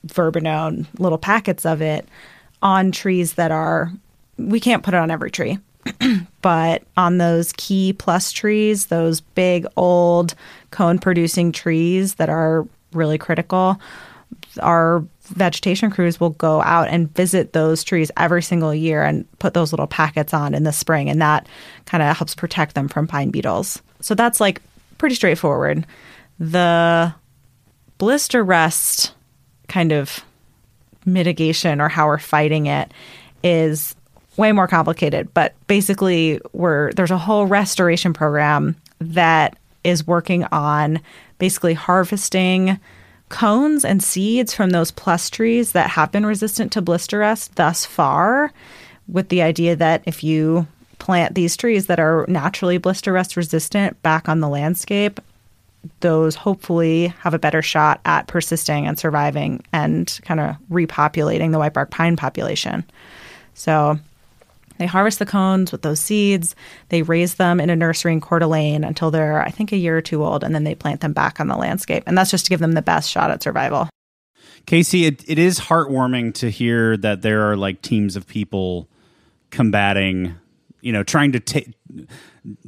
S4: verbenone, little packets of it, on trees that are, we can't put it on every tree, but on those key plus trees, those big old cone producing trees that are really critical, our vegetation crews will go out and visit those trees every single year and put those little packets on in the spring and that kind of helps protect them from pine beetles. So that's like pretty straightforward. The blister rest kind of mitigation or how we're fighting it is way more complicated but basically we're there's a whole restoration program that is working on basically harvesting cones and seeds from those plus trees that have been resistant to blister rest thus far with the idea that if you plant these trees that are naturally blister rest resistant back on the landscape those hopefully have a better shot at persisting and surviving and kind of repopulating the white bark pine population. So they harvest the cones with those seeds. They raise them in a nursery in Coeur d'Alene until they're, I think, a year or two old, and then they plant them back on the landscape. And that's just to give them the best shot at survival.
S1: Casey, it, it is heartwarming to hear that there are like teams of people combating, you know, trying to ta-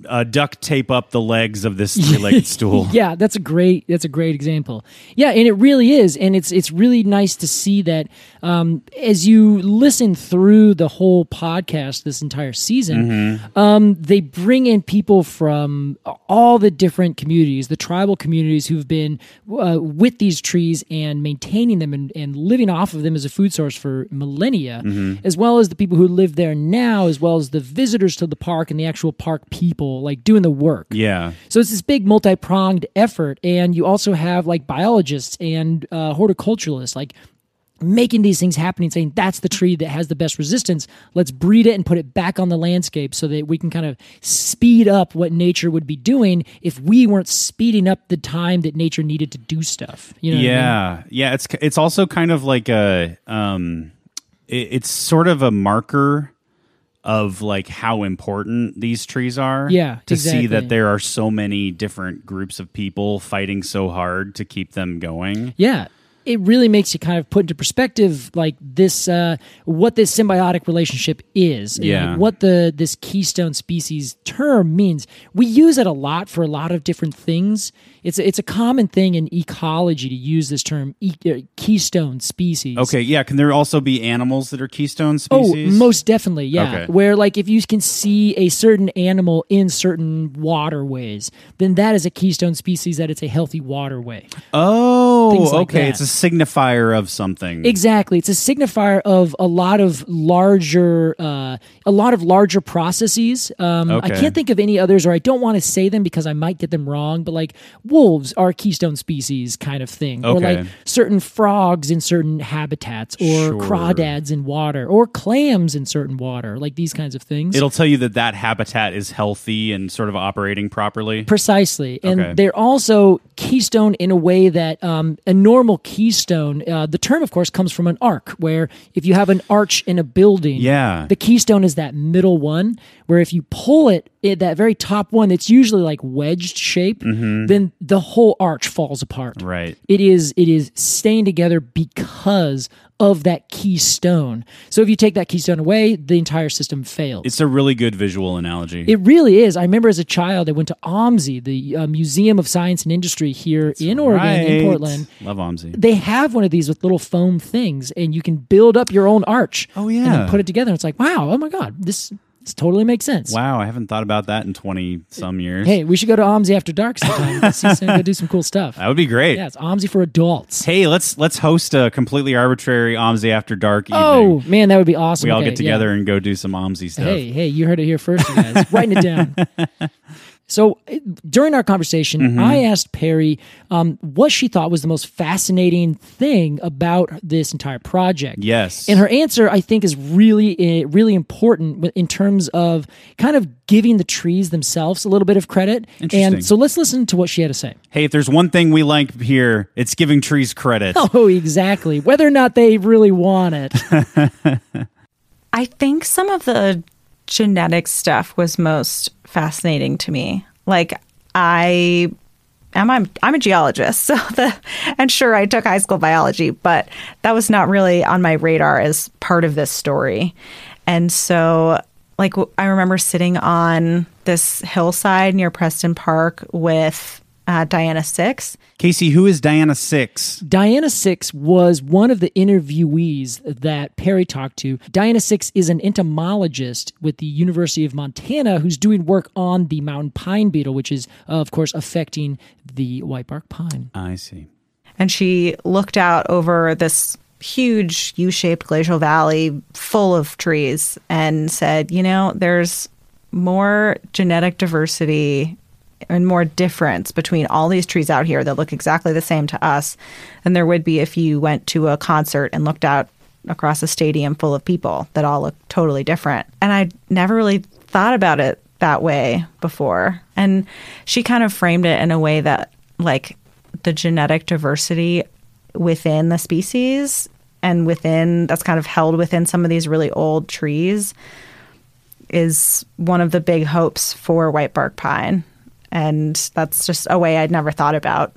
S1: uh, duct tape up the legs of this three-legged stool.
S2: Yeah, that's a great that's a great example. Yeah, and it really is, and it's it's really nice to see that um, as you listen through the whole podcast this entire season, um, they bring in people from all the different communities, the tribal communities who've been uh, with these trees and maintaining them and, and living off of them as a food source for millennia, as well as the people who live there now, as well as the visitors to the park and the actual park people, like doing the work.
S1: Yeah.
S2: So it's this big multi pronged effort, and you also have like biologists and uh, horticulturalists, like making these things happen and saying that's the tree that has the best resistance let's breed it and put it back on the landscape so that we can kind of speed up what nature would be doing if we weren't speeding up the time that nature needed to do stuff you know what I mean?
S1: yeah, yeah. It's it's also kind of like a um, it, it's sort of a marker of like how important these trees are.
S2: Yeah,
S1: to see
S2: exactly.
S1: that there are so many different groups of people fighting so hard to keep them going.
S2: Yeah. It really makes you kind of put into perspective like this uh, what this symbiotic relationship is. and,
S1: Yeah.
S2: like, what the this keystone species term means. We use it a lot for a lot of different things. It's a, it's a common thing in ecology to use this term e- uh, keystone species.
S1: Okay, yeah. Can there also be animals that are keystone species?
S2: Oh, most definitely, yeah.
S1: Okay.
S2: Where like if you can see a certain animal in certain waterways, then that is a keystone species that it's a healthy waterway. Things
S1: Oh,
S2: like
S1: okay. It's
S2: that.
S1: a signifier of something.
S2: Exactly, it's a signifier of a lot of larger, uh, a lot of larger processes. Um, I
S1: Okay.
S2: can't think of any others, or I don't want to say them because I might get them wrong. But like wolves are keystone species kind of thing, or
S1: Okay.
S2: like certain frogs in certain habitats, or
S1: Sure.
S2: crawdads in water, or clams in certain water, like these kinds of things.
S1: It'll tell you that that habitat is healthy and sort of operating properly.
S2: Precisely, and
S1: Okay.
S2: they're also keystone in a way that um, a normal keystone. Uh, the term, of course, comes from an arc, where if you have an arch in a building,
S1: Yeah.
S2: the keystone is that middle one. Where if you pull it, it that very top one, that's usually like wedged shape, then the whole arch falls apart.
S1: Mm-hmm. Right.
S2: It is it is staying together because of that keystone. So if you take that keystone away, the entire system fails.
S1: It's a really good visual analogy.
S2: It really is. I remember as a child, I went to OMSI, the uh, Museum of Science and Industry here in Oregon, in
S1: Right.
S2: Portland.
S1: Love OMSI.
S2: They have one of these with little foam things, and you can build up your own arch.
S1: Oh,
S2: and then
S1: yeah.
S2: put it together. It's like, wow, oh my god, this this totally makes sense.
S1: Wow, I haven't thought about that in 20 some years.
S2: Hey, we should go to OMSI after dark sometime. Let's see some, go do some cool stuff.
S1: That would be great.
S2: Yeah, it's OMSI for adults.
S1: Hey, let's let's host a completely arbitrary OMSI after dark evening.
S2: Oh man, that would be awesome.
S1: we all
S2: Okay,
S1: get
S2: yeah.
S1: together and go do some OMSI stuff.
S2: Hey, hey, you heard it here first, you guys. Writing it down. So uh, during our conversation,
S1: Mm-hmm.
S2: I asked Perry um, what she thought was the most fascinating thing about this entire project.
S1: Yes.
S2: And her answer, I think, is really, uh, really important wi- in terms of kind of giving the trees themselves a little bit of credit.
S1: Interesting.
S2: And so let's listen to what she had to say.
S1: Hey, if there's one thing we like here, it's giving trees credit.
S2: Oh, exactly. Whether or not they really want it.
S4: I think some of the genetic stuff was most fascinating to me. Like I am I'm I'm a geologist, so the and sure I took high school biology, but that was not really on my radar as part of this story. And so like w- I remember sitting on this hillside near Preston Park with uh, Diana Six,
S1: Casey, who is Diana Six?
S2: Diana Six was one of the interviewees that Perry talked to. Diana Six is an entomologist with the University of Montana who's doing work on the mountain pine beetle, which is, uh, of course, affecting the white bark pine.
S1: Ah, I see.
S4: and she looked out over this huge U-shaped glacial valley full of trees and said, "You know, there's more genetic diversity and more difference between all these trees out here that look exactly the same to us than there would be if you went to a concert and looked out across a stadium full of people that all look totally different." And I never really thought about it that way before. And she kind of framed it in a way that like the genetic diversity within the species and within that's kind of held within some of these really old trees is one of the big hopes for white bark pine and that's just a way i'd never thought about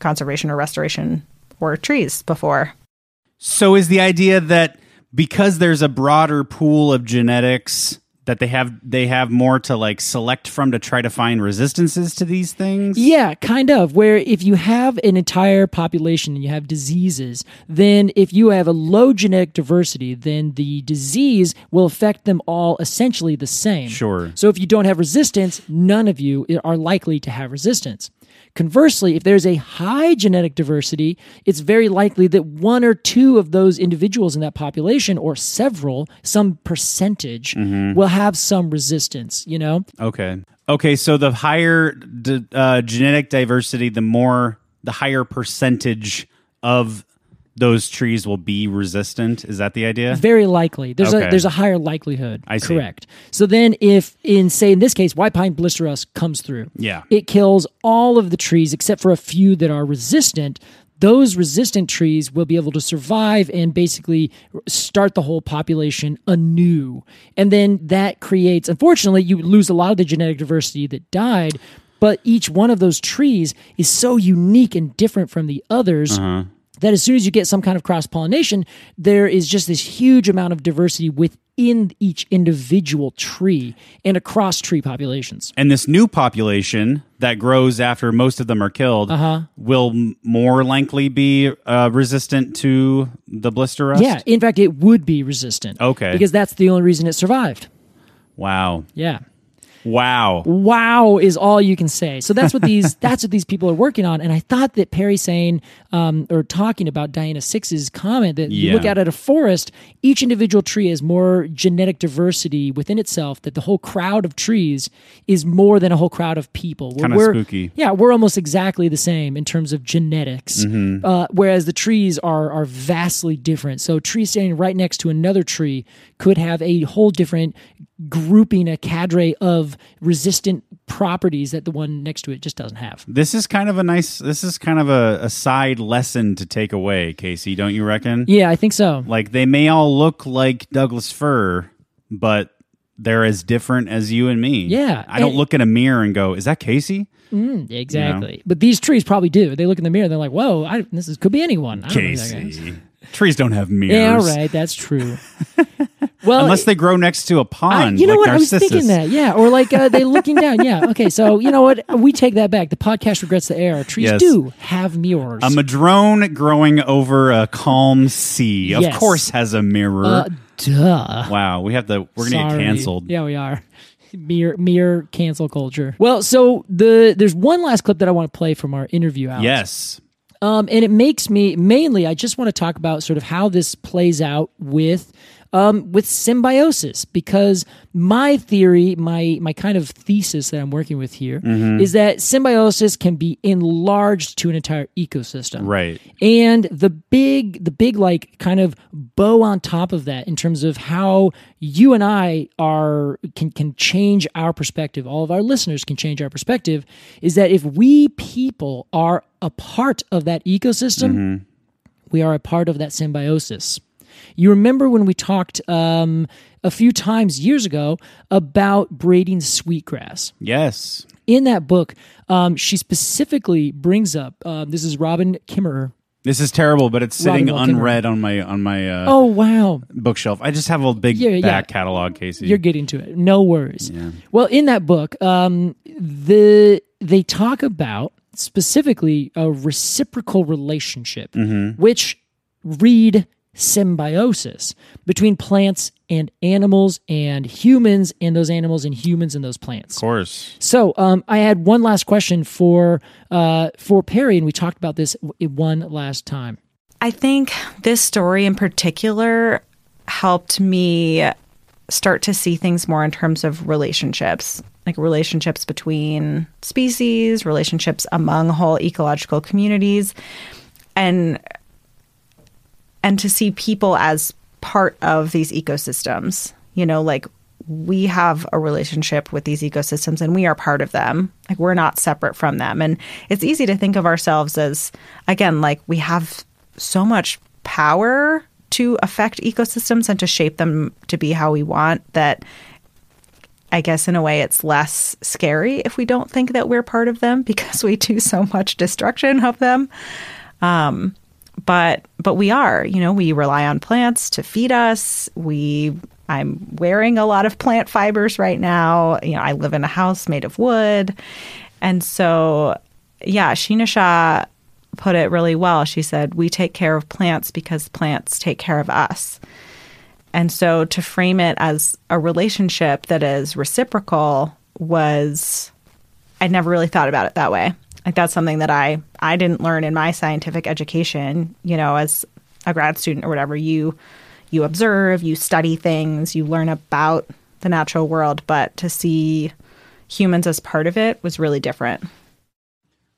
S4: conservation or restoration or trees before
S1: So is the idea that because there's a broader pool of genetics that they have they have more to like select from to try to find resistances to these things?
S2: Yeah, kind of. Where if you have an entire population and you have diseases, then if you have a low genetic diversity, then the disease will affect them all essentially the same.
S1: Sure.
S2: So if you don't have resistance, none of you are likely to have resistance. Conversely, if there's a high genetic diversity, it's very likely that one or two of those individuals in that population or several, some percentage,
S1: Mm-hmm.
S2: will have some resistance, you know?
S1: Okay. Okay. So the higher d- uh, genetic diversity, the more, the higher percentage of those trees will be resistant. Is that the idea?
S2: Very likely. There's
S1: Okay.
S2: a there's a higher likelihood.
S1: I see.
S2: Correct. So then, if in say in this case, white pine blister rust comes through,
S1: Yeah.
S2: it kills all of the trees except for a few that are resistant. Those resistant trees will be able to survive and basically start the whole population anew. And then that creates, unfortunately, you lose a lot of the genetic diversity that died. But each one of those trees is so unique and different from the others that as soon as you get some kind of cross pollination, there is just this huge amount of diversity within each individual tree and across tree populations.
S1: and this new population that grows after most of them are killed
S2: Uh-huh.
S1: will m- more likely be uh, resistant to the blister rust.
S2: Yeah, in fact, it would be resistant.
S1: Okay.
S2: Because that's the only reason it survived.
S1: Wow.
S2: Yeah.
S1: Wow.
S2: Wow is all you can say. So that's what these that's what these people are working on. And I thought that Perry saying um, or talking about Diana Six's comment that you look
S1: Yeah.
S2: out at a forest, each individual tree has more genetic diversity within itself. That the whole crowd of trees is more than a whole crowd of people. We're-
S1: Kinda
S2: we're-
S1: spooky.
S2: Yeah, we're almost exactly the same in terms of genetics,
S1: Mm-hmm.
S2: uh, whereas the trees are are vastly different. So, a tree standing right next to another tree could have a whole different grouping, a cadre of resistant properties that the one next to it just doesn't have.
S1: This is kind of a nice. This is kind of a, a side lesson to take away, Casey. Don't you reckon?
S2: Yeah, I think so.
S1: Like they may all look like Douglas fir, but they're as different as you and me.
S2: Yeah,
S1: I don't
S2: and-
S1: look in a mirror and go, "Is that Casey?"
S2: Mm, exactly. But these trees probably do. They look in the mirror. They're like, "Whoa, I, this is, could be anyone." I don't know who that guy is.
S1: Casey. Trees don't have
S2: Yeah,
S1: mirrors.
S2: right. That's true. Well,
S1: Unless they grow next to a
S2: I-
S1: pond.
S2: you know
S1: like
S2: what? I was
S1: Narcissus.
S2: thinking that. Yeah. Or like uh, they looking down. Yeah. Okay. So you know what? We take that back. The podcast regrets the error. Trees
S1: Yes.
S2: do have mirrors.
S1: A madrone growing over a calm sea, of
S2: Yes.
S1: course, has a mirror.
S2: uh, duh.
S1: wow, we have to. We're gonna get
S2: Sorry.
S1: canceled.
S2: Yeah, we are. Mere, mere cancel culture. Well, so the there's one last clip that I want to play from our interview. Alex.
S1: Yes.
S2: Um, and it makes me mainly. I just want to talk about sort of how this plays out with. Um, with symbiosis, because my theory, my my kind of thesis that I'm working with here is that symbiosis can be enlarged to an entire ecosystem.
S1: Right.
S2: And the big, the big, like, kind of bow on top of that in terms of how you and I are can can change our perspective. All of our listeners can change our perspective. Is that if we people are a part of that ecosystem, we are a part of that symbiosis. You remember when we talked um, a few times years ago about braiding sweetgrass
S1: Yes.
S2: in that book, um, she specifically brings up uh, this is Robin Kimmerer.
S1: This is terrible, but it's
S2: Robin
S1: sitting
S2: Wall Kimmerer.
S1: unread on my on my uh,
S2: Oh wow,
S1: bookshelf. I just have a big
S2: Yeah, yeah.
S1: back catalog, Casey.
S2: you're getting to it. No worries. Well, in that book, um, the they talk about specifically a reciprocal relationship, which read symbiosis between plants and animals and humans and those animals and humans and those plants.
S1: of course.
S2: So um, I had one last question for uh, for Perry, and we talked about this w- one last time.
S4: I think this story in particular helped me start to see things more in terms of relationships, like relationships between species, relationships among whole ecological communities, and and to see people as part of these ecosystems. You know, like we have a relationship with these ecosystems and we are part of them. Like we're not separate from them. And it's easy to think of ourselves as, again, like we have so much power to affect ecosystems and to shape them to be how we want that I guess in a way it's less scary if we don't think that we're part of them because we do so much destruction of them. Um, but but we are, you know, we rely on plants to feed us. We I'm wearing a lot of plant fibers right now. You know, I live in a house made of wood. And so yeah, Sheena Shah put it really well. She said, "We take care of plants because plants take care of us." And so to frame it as a relationship that is reciprocal was I never really thought about it that way. Like that's something that I I didn't learn in my scientific education, you know, as a grad student or whatever. You you observe, you study things, you learn about the natural world, but to see humans as part of it was really different.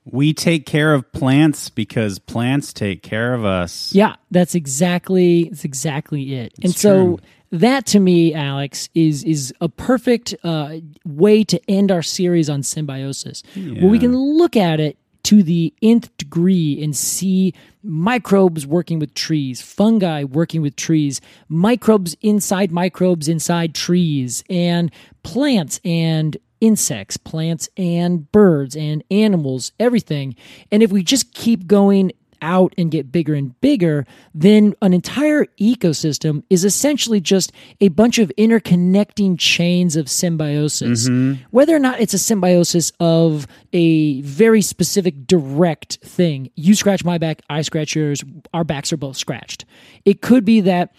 S1: We take care of plants because plants take care of us.
S2: Yeah, that's exactly that's exactly it. and so
S1: true.
S2: that to me, Alex, is is a perfect uh, way to end our series on symbiosis, where we can look at it to the nth degree and see microbes working with trees, fungi working with trees, microbes inside microbes inside trees, and plants and insects, plants and birds and animals, everything. And if we just keep going out and get bigger and bigger, then an entire ecosystem is essentially just a bunch of interconnecting chains of symbiosis. Whether or not it's a symbiosis of a very specific direct thing, you scratch my back, I scratch yours, our backs are both scratched. It could be that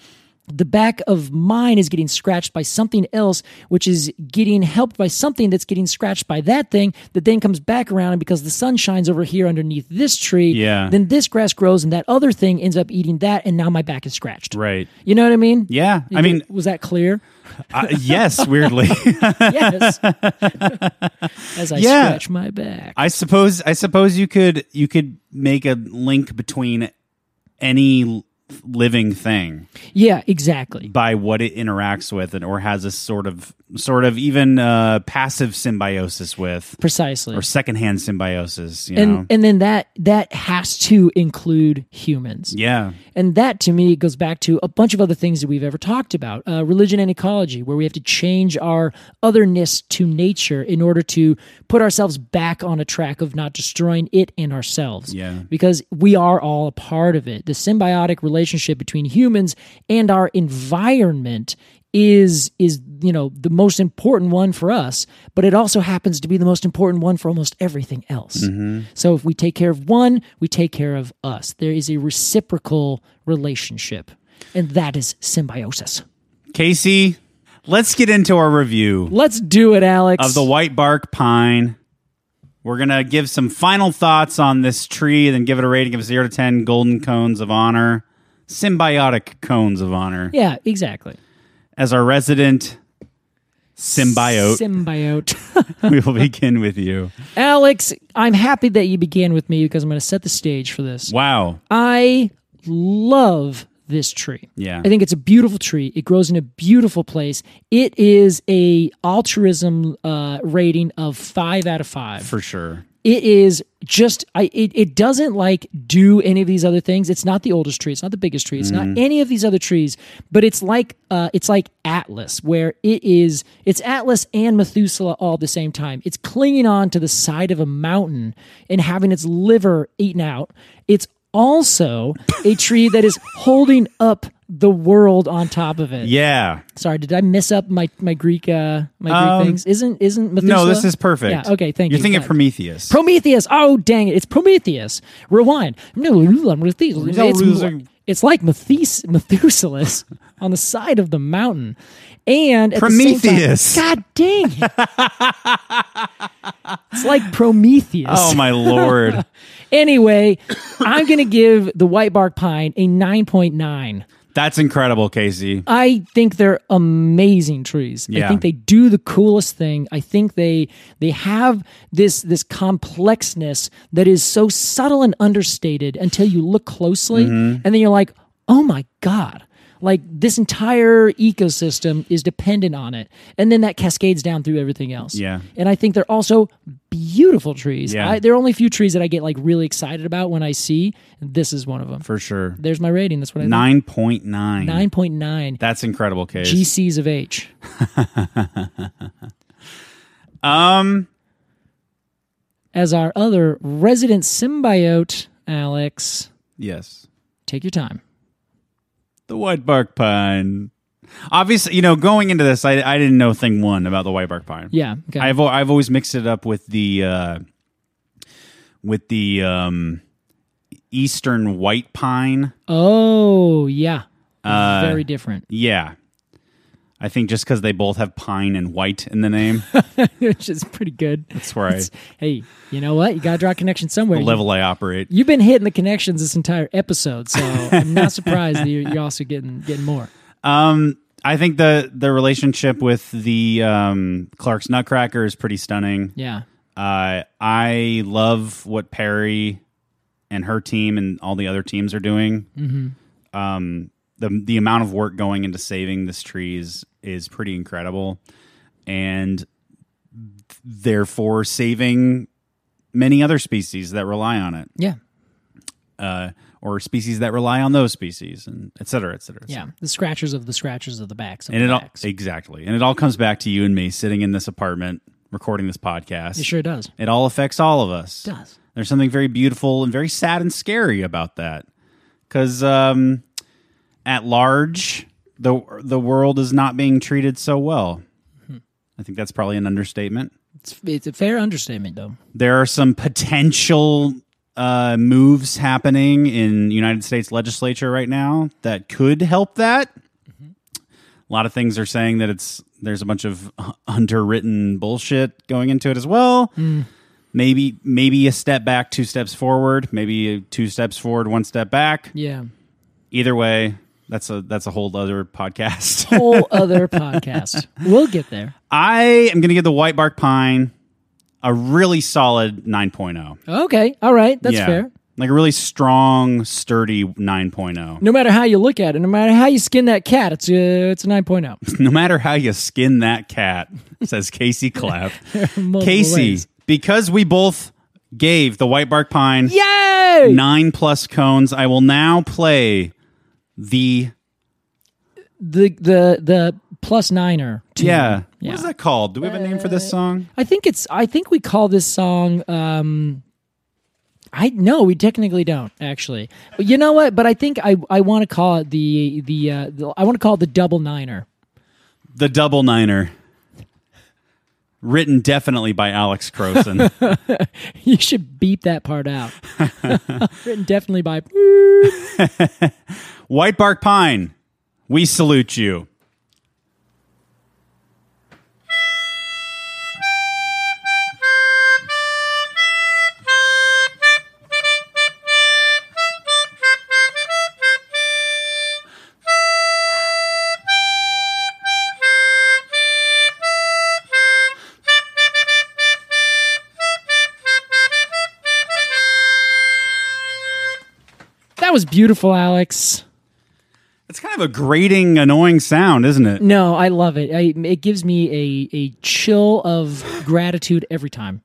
S2: the back of mine is getting scratched by something else, which is getting helped by something that's getting scratched by that thing that then comes back around. And because the sun shines over here underneath this tree,
S1: Yeah.
S2: then this grass grows and that other thing ends up eating that. And now my back is scratched.
S1: Right.
S2: You know what I mean?
S1: Yeah. I
S2: Did-
S1: mean,
S2: was that clear?
S1: uh, yes, weirdly.
S2: Yes. As I
S1: Yeah.
S2: scratch my back.
S1: I suppose I suppose you could you could make a link between any l- living thing
S2: yeah, exactly.
S1: by what it interacts with and or has a sort of sort of even uh, passive symbiosis with
S2: Precisely.
S1: or secondhand symbiosis, you know.
S2: and and then that that has to include humans.
S1: yeah.
S2: And that to me goes back to a bunch of other things that we've ever talked about uh, religion and ecology, where we have to change our otherness to nature in order to put ourselves back on a track of not destroying it and ourselves.
S1: Yeah.
S2: Because we are all a part of it. The symbiotic relationship between humans and our environment is is you know the most important one for us but it also happens to be the most important one for almost everything else so if we take care of one we take care of us there is a reciprocal relationship and that is symbiosis
S1: Casey, let's get into our review.
S2: let's do it alex
S1: of the white bark pine. We're gonna give some final thoughts on this tree, then give it a rating of zero to ten golden cones of honor, symbiotic cones of honor,
S2: yeah exactly
S1: as our resident symbiote.
S2: symbiote
S1: we will begin with you.
S2: alex i'm happy that you began with me because i'm going to set the stage for this
S1: Wow.
S2: I love this tree.
S1: Yeah.
S2: I think it's a beautiful tree. It grows in a beautiful place. It is a altruism uh, rating of five out of five
S1: For sure.
S2: it is just I it, it doesn't like do any of these other things. It's not the oldest tree, it's not the biggest tree, it's
S1: Mm-hmm.
S2: not any of these other trees, but it's like uh it's like Atlas where it is it's Atlas and Methuselah all at the same time. It's clinging on to the side of a mountain and having its liver eaten out. It's also a tree that is holding up the world on top of it.
S1: Yeah.
S2: Sorry, did I mess up my my Greek uh my Greek
S1: Um,
S2: things? Isn't isn't Methuselah?
S1: No, this is perfect.
S2: Yeah, okay, thank you.
S1: You're thinking
S2: God.
S1: Prometheus.
S2: Prometheus. Oh dang it! It's Prometheus. Rewind. No, I'm with these-
S1: losing.
S2: It's, it's like Methes- Methuselah on the side of the mountain, and at the same time-
S1: Prometheus.
S2: God dang it! it's like Prometheus.
S1: oh my lord.
S2: Anyway, I'm gonna give the white bark pine a nine point nine.
S1: That's incredible, Casey.
S2: I think they're amazing trees.
S1: Yeah.
S2: I think they do the coolest thing. I think they they have this this complexness that is so subtle and understated until you look closely
S1: Mm-hmm.
S2: and then you're like, "Oh my god." Like this entire ecosystem is dependent on it. And then that cascades down through everything else.
S1: Yeah.
S2: And I think they're also beautiful trees.
S1: Yeah.
S2: I, there are only a few trees that I get like really excited about when I see. This is one of them.
S1: For sure.
S2: There's my rating. That's what I
S1: Nine point nine.
S2: Nine point nine.
S1: That's incredible, Casey.
S2: GCs of H.
S1: Um
S2: As our other resident symbiote, Alex,
S1: yes.
S2: take your time.
S1: The white bark pine. Obviously, you know, going into this, I, I didn't know thing one about the white bark pine.
S2: Yeah. Okay.
S1: I've al- I've always mixed it up with the uh, with the um, eastern white pine.
S2: oh, yeah.
S1: Uh,
S2: Very different.
S1: Yeah, I think just because they both have pine and white in the name,
S2: Which is pretty good.
S1: that's where I
S2: It's- hey, you know what? You got to draw a connection somewhere.
S1: the level I operate.
S2: You've been hitting the connections this entire episode, so I'm not surprised that you're, you're also getting getting more.
S1: Um, I think the the relationship with the um, Clark's Nutcracker is pretty stunning.
S2: Yeah.
S1: Uh, I love what Perry and her team and all the other teams are doing.
S2: Mm-hmm.
S1: Um, the the amount of work going into saving this tree is is pretty incredible, and therefore saving many other species that rely on it,
S2: Yeah.
S1: uh, or species that rely on those species, and et cetera, et cetera. et
S2: Yeah. The scratchers of the scratchers of the backs. Of
S1: and
S2: the
S1: it all
S2: backs.
S1: exactly, and it all comes back to you and me sitting in this apartment recording this podcast.
S2: It sure does.
S1: It all affects all of us.
S2: does.
S1: There's something very beautiful and very sad and scary about that, because um, at large, the the world is not being treated so well. I think that's probably an understatement.
S2: It's, it's a fair understatement, though.
S1: There are some potential uh, moves happening in United States legislature right now that could help that. A lot of things are saying that it's there's a bunch of uh, underwritten bullshit going into it as well. Maybe maybe a step back, two steps forward. Maybe two steps forward, one step back.
S2: Yeah.
S1: Either way, that's a that's a whole other podcast.
S2: Whole other podcast. We'll get there.
S1: I am going to give the White Bark Pine a really solid oh. 9.0.
S2: Okay. All right. That's
S1: Yeah.
S2: fair.
S1: Like a really strong, sturdy oh. 9.0.
S2: No matter how you look at it, no matter how you skin that cat, it's a, it's a oh. 9.0.
S1: No matter how you skin that cat, says Casey Clapp.
S2: Multiple
S1: Casey,
S2: ways.
S1: because we both gave the White Bark Pine
S2: Yay!
S1: nine plus cones, I will now play the.
S2: The, the, the plus niner. tune.
S1: Yeah. What is that called? Do we have a name for
S2: Uh,
S1: this song?
S2: I think it's, I think we call this song, um, I no, we technically don't actually. But you know what? But I think I, I want to call it the the, uh, the I want to call it the double niner.
S1: The Double Niner. Written definitely by Alex Croson.
S2: You should beep that part out. Written definitely by.
S1: White Bark Pine, we salute you.
S2: That was beautiful, Alex.
S1: It's kind of a grating, annoying sound, isn't it?
S2: No, I love it. I, it gives me a, a chill of gratitude every time.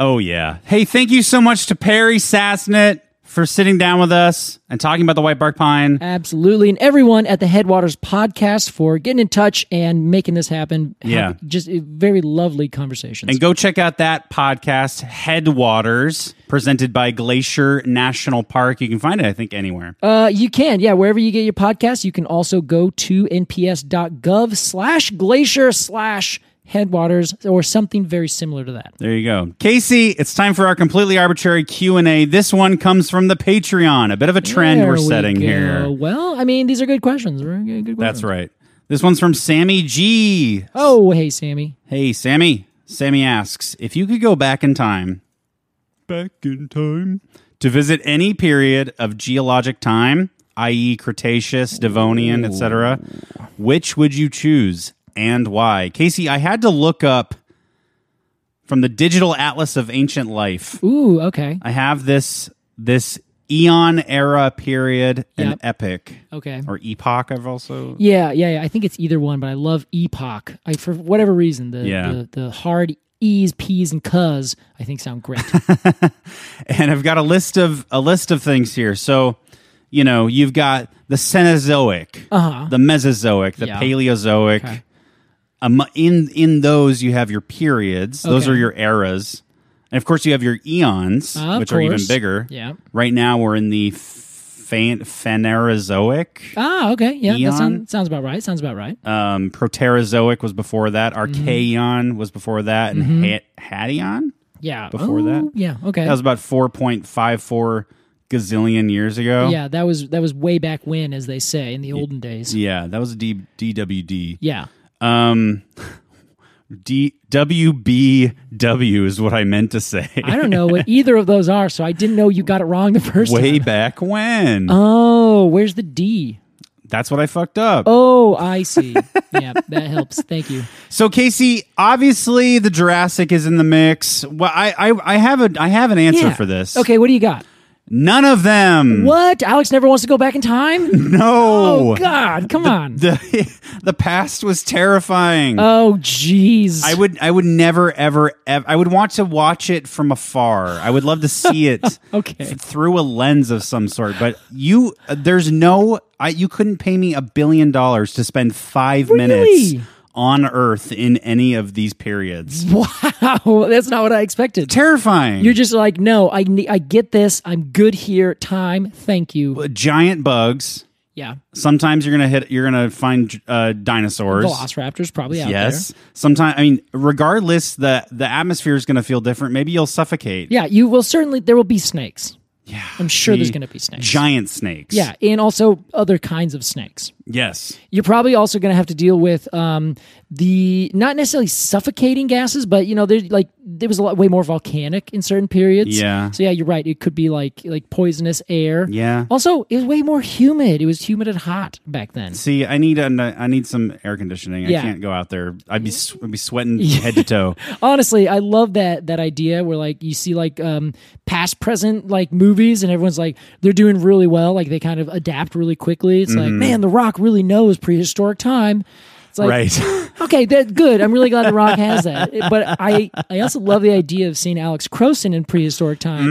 S1: Oh, yeah. Hey, thank you so much to Perry Sassnett for sitting down with us and talking about the White Bark Pine.
S2: Absolutely. And everyone at the Headwaters podcast for getting in touch and making this happen. Have
S1: Yeah.
S2: Just uh, very lovely conversations.
S1: And go check out that podcast, Headwaters, presented by Glacier National Park. You can find it, I think, anywhere.
S2: Uh, you can, yeah. Wherever you get your podcast, you can also go to nps.gov slash glacier slash headwaters or something very similar to that.
S1: There you go. Casey, it's time for our completely arbitrary Q&A. This one comes from the Patreon. A bit of a trend
S2: There
S1: we're
S2: we
S1: setting
S2: go.
S1: here.
S2: Well, I mean, these are good questions. We're good- good
S1: That's right.
S2: questions.
S1: This one's from Sammy G.
S2: Oh, hey, Sammy.
S1: Hey, Sammy. Sammy asks if you could go back in time, back in time, to visit any period of geologic time, i.e., Cretaceous, Devonian, etc., which would you choose and why? Casey, I had to look up from the Digital Atlas of Ancient Life.
S2: Ooh, okay.
S1: I have this this Eon era period and
S2: Yep.
S1: epic
S2: Okay.
S1: or epoch. I've also
S2: Yeah, yeah, yeah. I think it's either one, but I love epoch. I for whatever reason the
S1: Yeah.
S2: the, the hard e's, p's, and cuz I think sound great.
S1: and I've got a list of a list of things here. So, you know, you've got the Cenozoic,
S2: Uh-huh.
S1: the Mesozoic, the
S2: Yeah.
S1: Paleozoic.
S2: Okay.
S1: Amo- in in those, you have your periods. Those
S2: Okay.
S1: are your eras, and of course, you have your eons,
S2: Uh, Of
S1: which are even
S2: course.
S1: bigger.
S2: Yeah.
S1: Right now, we're in the Phan- Phanerozoic.
S2: ah, okay. Yeah, that
S1: Eon?
S2: sound, sounds about right. Sounds about right.
S1: Um, Proterozoic was before that.
S2: Mm-hmm.
S1: Archaeon was before that, and Ha- Hadeon.
S2: Yeah.
S1: Before
S2: Oh,
S1: that?
S2: Yeah. Mm-hmm. Okay.
S1: That was about four point five four gazillion years ago.
S2: yeah, that was that was way back when, as they say in the olden days.
S1: Yeah, that was a D- DWD.
S2: Yeah.
S1: Um, D- WBW is what I meant to say.
S2: I don't know what either of those are, so I didn't know you got it wrong the first
S1: Way
S2: time.
S1: back when.
S2: Oh, where's the D?
S1: That's what I fucked up.
S2: Oh, I see. yeah, that helps. Thank you.
S1: So Casey, obviously the Jurassic is in the mix. Well, I I, I have a I have an answer
S2: Yeah.
S1: for this. Hmm.
S2: Okay, what do you got?
S1: None of them.
S2: What? Alex never wants to go back in time?
S1: No.
S2: Oh, God, come on.
S1: The the past was terrifying.
S2: oh, jeez.
S1: I would I would never ever ever I would want to watch it from afar. I would love to see it
S2: Okay.
S1: f- through a lens of some sort. But you uh, there's no I you couldn't pay me a billion dollars to spend 5
S2: Really?
S1: minutes on earth in any of these periods.
S2: Wow, that's not what I expected.
S1: Terrifying.
S2: You're just like, no, I ne- I get this. I'm good here. Time, thank you.
S1: giant bugs.
S2: Yeah,
S1: Sometimes you're gonna hit. You're gonna find uh, dinosaurs.
S2: Velociraptor's probably out
S1: yes.
S2: there.
S1: Sometimes I mean, regardless, the the atmosphere is gonna feel different. Maybe you'll suffocate.
S2: Yeah, you will certainly. There will be snakes. Yeah, I'm sure there's
S1: The
S2: going to be snakes.
S1: Giant snakes.
S2: Yeah, and also other kinds of snakes.
S1: Yes.
S2: You're probably also going to have to deal with um, the not necessarily suffocating gases, but you know, there's like there was a lot way more volcanic in certain periods.
S1: Yeah.
S2: So yeah, you're right. It could be like like poisonous air.
S1: Yeah.
S2: Also, it was way more humid. It was humid and hot back then.
S1: See, I need a, I need some air conditioning.
S2: Yeah.
S1: I can't go out there. I'd be s- I'd be sweating head to toe.
S2: Honestly, I love that that idea where like you see like um past present like movies and everyone's like they're doing really well, like they kind of adapt really quickly. It's
S1: Mm-hmm.
S2: like, man, The Rock really knows prehistoric time. It's like
S1: right.
S2: okay, that good. I'm really glad The Rock has that. But I I also love the idea of seeing Alex Croson in prehistoric time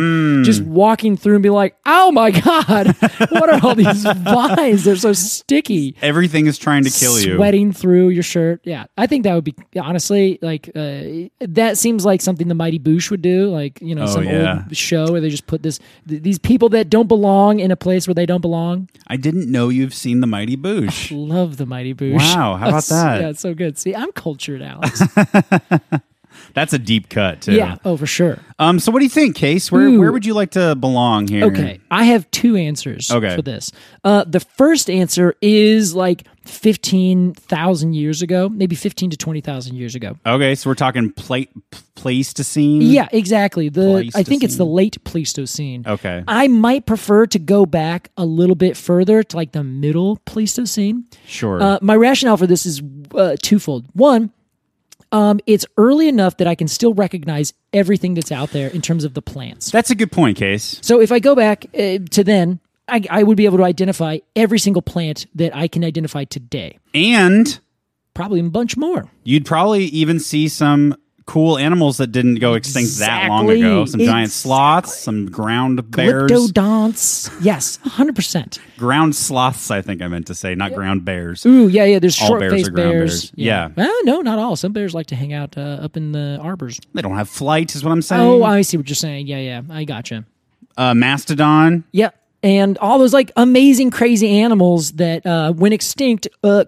S1: Mm.
S2: just walking through and be like, "Oh my god, what are all these vines? They're so sticky."
S1: Everything is trying to kill you.
S2: sweating through your shirt. Yeah, I think that would be honestly like uh, that seems like something the Mighty Boosh would do. Like you know
S1: Oh,
S2: some
S1: yeah.
S2: old show where they just put this th- these people that don't belong in a place where they don't belong.
S1: I didn't know you've seen the Mighty Boosh.
S2: Love the Mighty Boosh.
S1: Wow, how about that?
S2: yeah, it's so good. See, I'm cultured, Alex.
S1: That's a deep cut too.
S2: yeah, oh for sure.
S1: Um. So what do you think, Case? Where
S2: Ooh.
S1: where would you like to belong here?
S2: Okay, I have two answers
S1: Okay.
S2: for this. Uh, the first answer is like fifteen thousand years ago, maybe fifteen to twenty thousand years ago.
S1: Okay, so we're talking pla- p- Pleistocene.
S2: Yeah, exactly. The I think it's the late Pleistocene.
S1: Okay.
S2: I might prefer to go back a little bit further to like the middle Pleistocene.
S1: Sure.
S2: Uh, my rationale for this is uh, twofold. One, um, it's early enough that I can still recognize everything that's out there in terms of the plants.
S1: That's a good point, Case.
S2: So if I go back uh, to then, I, I would be able to identify every single plant that I can identify today.
S1: And
S2: Probably a bunch more.
S1: you'd probably even see some cool animals that didn't go extinct that long
S2: Exactly.
S1: ago. Some giant
S2: Exactly.
S1: sloths, some ground bears.
S2: Glyptodonts. Yes, 100%.
S1: ground sloths, I think I meant to say, not ground bears.
S2: Ooh, yeah, yeah. There's
S1: All
S2: short
S1: bears
S2: faced
S1: are ground
S2: bears.
S1: bears. Yeah.
S2: Well, no, not all. Some bears like to hang out uh, up in the arbors.
S1: They don't have flight, is what I'm saying.
S2: Oh, I see what you're saying. Yeah, yeah. I gotcha.
S1: uh, mastodon.
S2: Yeah. And all those like amazing, crazy animals that uh, went extinct uh,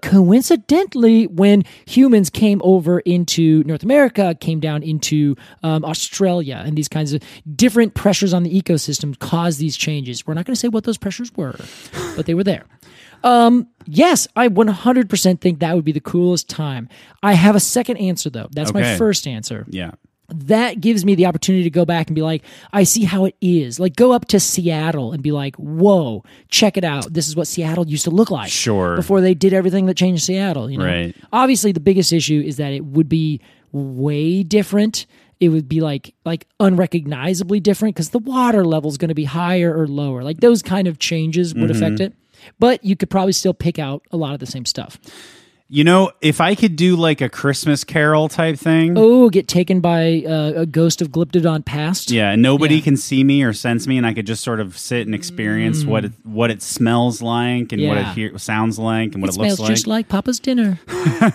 S2: coincidentally when humans came over into North America, came down into um, Australia, and these kinds of different pressures on the ecosystem caused these changes. We're not going to say what those pressures were, but they were there. Um, yes, I 100% think that would be the coolest time. I have a second answer, though. That's my
S1: Okay.
S2: first answer
S1: Yeah.
S2: that gives me the opportunity to go back and be like, I see how it is. Like, go up to Seattle and be like, whoa, check it out. This is what Seattle used to look like.
S1: Sure.
S2: Before they did everything that changed Seattle. You know?
S1: Right.
S2: Obviously, the biggest issue is that it would be way different. It would be like like unrecognizably different because the water level is going to be higher or lower. Like those kind of changes
S1: Mm-hmm.
S2: would affect it. But you could probably still pick out a lot of the same stuff.
S1: You know, if I could do like a Christmas Carol type thing.
S2: Oh, get taken by uh, a ghost of Glyptodon past.
S1: Yeah, and nobody can see me or sense me, and I could just sort of sit and experience what it, what it smells like and what it
S2: Mm. Yeah.
S1: hear, sounds like and what
S2: it
S1: it, looks
S2: smells just like Papa's dinner.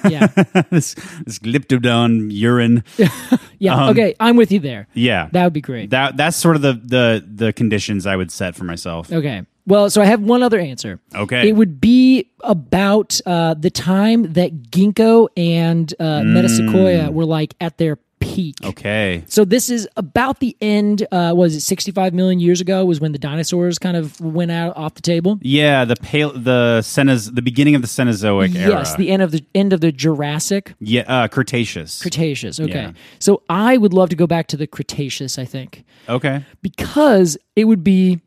S1: this this glyptodon urine.
S2: Yeah. okay, I'm with you there.
S1: Um, Yeah,
S2: That would be great.
S1: that that's sort of the the the conditions I would set for myself.
S2: okay. Well, so I have one other answer.
S1: Okay.
S2: It would be about uh, the time that ginkgo and uh, metasequoia were like at their peak.
S1: Mm. Okay,
S2: So this is about the end. Uh, was it 65 million years ago? Was when the dinosaurs kind of went out off the table.
S1: yeah, the pale the Cenoz- the beginning of the Cenozoic era.
S2: Yes, the end of the end of the Jurassic,
S1: yeah, uh, Cretaceous.
S2: Cretaceous. Okay,
S1: Yeah.
S2: so I would love to go back to the Cretaceous. I think.
S1: okay,
S2: because it would be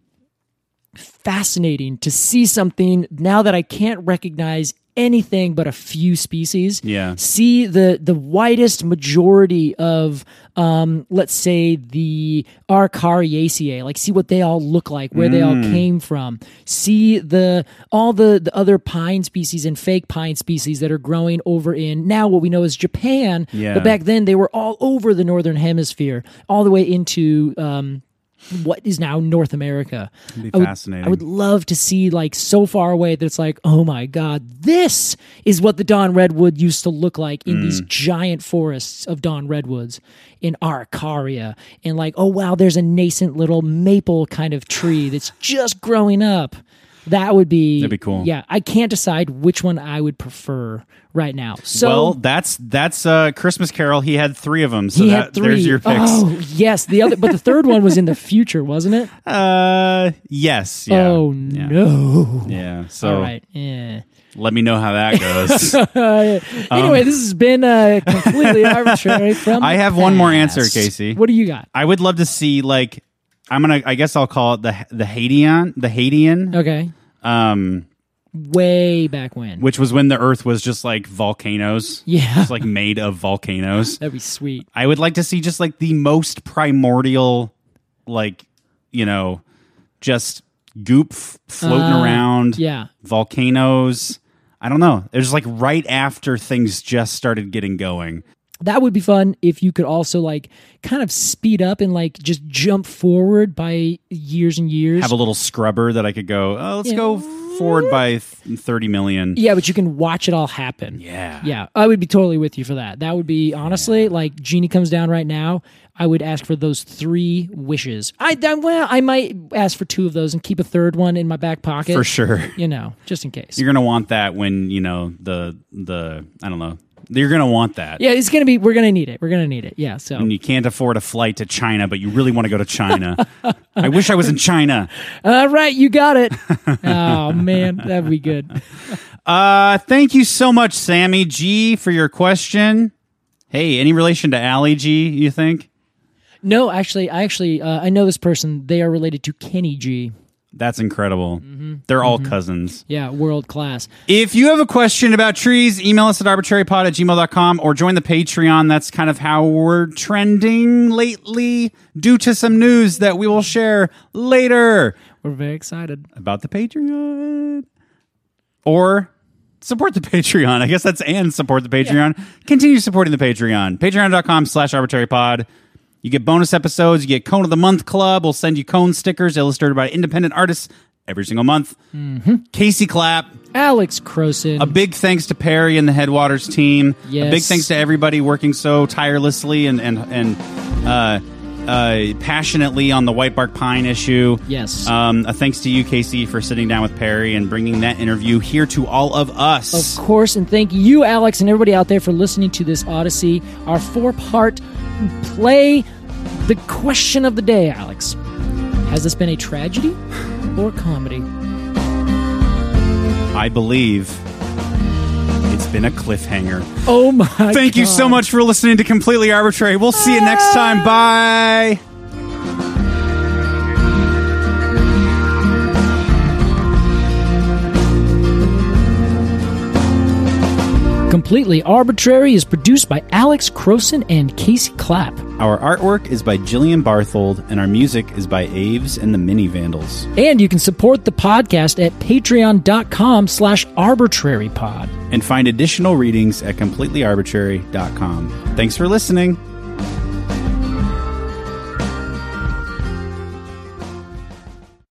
S2: fascinating to see something now that I can't recognize anything but a few species.
S1: Yeah.
S2: See the the widest majority of um let's say the Arcariaceae, like see what they all look like, where they all came from. See the all the the other pine species and fake pine species that are growing over in now what we know is Japan.
S1: Yeah.
S2: But back then they were all over the northern hemisphere, all the way into um what is now North America.
S1: It'd be
S2: I would-
S1: fascinating.
S2: I would love to see like so far away that it's like, oh my god, this is what the Don Redwood used to look like in
S1: Mm.
S2: these giant forests of Don Redwoods in Arcaria, and like, oh wow, there's a nascent little maple kind of tree that's just growing up. That would be
S1: That'd be cool.
S2: Yeah, I can't decide which one I would prefer right now. So
S1: well, that's that's uh, Christmas Carol. He had three of them, so
S2: he
S1: that,
S2: had three.
S1: there's your picks.
S2: Oh yes, the other, but the third one was in the future, wasn't it?
S1: Uh, yes. Yeah.
S2: Oh
S1: yeah. Oh.
S2: no!
S1: Yeah. So
S2: All right. Yeah.
S1: let me know how that goes.
S2: Uh, anyway, this has been uh, completely arbitrary. From
S1: Um, I
S2: the
S1: have one more answer,
S2: past.
S1: Casey.
S2: What do you got?
S1: I would love to see like I'm gonna. I guess I'll call it the the Hadean, the Hadean,
S2: Okay,
S1: um,
S2: way back when.
S1: which was when the Earth was just like volcanoes.
S2: Yeah.
S1: Just like made of volcanoes.
S2: That'd be sweet.
S1: I would like to see just like the most primordial, like you know, just goop f- floating
S2: Uh,
S1: around.
S2: Yeah,
S1: volcanoes. I don't know. It was like right after things just started getting going.
S2: that would be fun if you could also like kind of speed up and like just jump forward by years and years.
S1: Have a little scrubber that I could go. Oh, let's
S2: Yeah.
S1: go forward by th- thirty million.
S2: yeah, but you can watch it all happen.
S1: Yeah.
S2: Yeah, I would be totally with you for that. That would be honestly like Genie comes down right now. I would ask for those three wishes. I I- well, I might ask for two of those and keep a third one in my back pocket
S1: for sure.
S2: You know, just in case.
S1: You're gonna want that when you know the the I don't know. You're gonna want that.
S2: yeah, it's gonna be. We're gonna need it. We're gonna need it. Yeah. So
S1: And you can't afford a flight to China, but you really want to go to China. I wish I was in China.
S2: all right, you got it. oh man, that'd be good.
S1: Uh, thank you so much, Sammy G, for your question. Hey, any relation to Allie G? You think?
S2: No, actually, I actually uh, I know this person. They are related to Kenny G.
S1: That's incredible. They're all cousins.
S2: Yeah, world class.
S1: If you have a question about trees, email us at arbitrarypod at gmail.com or join the Patreon. That's kind of how we're trending lately due to some news that we will share later
S2: We're very excited.
S1: about the Patreon. Or support the Patreon. I guess that's and support the Patreon. Continue supporting the Patreon. Patreon.com slash arbitrarypod. You get bonus episodes. You get Cone of the Month Club. We'll send you cone stickers illustrated by independent artists every single month.
S2: Mm-hmm.
S1: Casey Clapp.
S2: Alex Croson.
S1: A big thanks to Perry and the Headwaters team. A
S2: Yes.
S1: big thanks to everybody working so tirelessly and and and uh, uh, passionately on the white bark pine issue.
S2: Yes.
S1: Um, a thanks to you, Casey, for sitting down with Perry and bringing that interview here to all of us.
S2: of course, and thank you, Alex, and everybody out there for listening to this Odyssey, our four-part play. The question of the day, Alex: Has this been a tragedy or comedy?
S1: I believe it's been a cliffhanger.
S2: Oh my!
S1: Thank you so
S2: God. Ah.
S1: much for listening to Completely Arbitrary. We'll see you next time. Bye.
S2: Completely Arbitrary is produced by Alex Croson and Casey Clapp.
S1: Our artwork is by Jillian Barthold, and our music is by Aves and the Mini Vandals.
S2: And you can support the podcast at patreon.com slash arbitrarypod.
S1: and find additional readings at completelyarbitrary.com. Thanks for listening.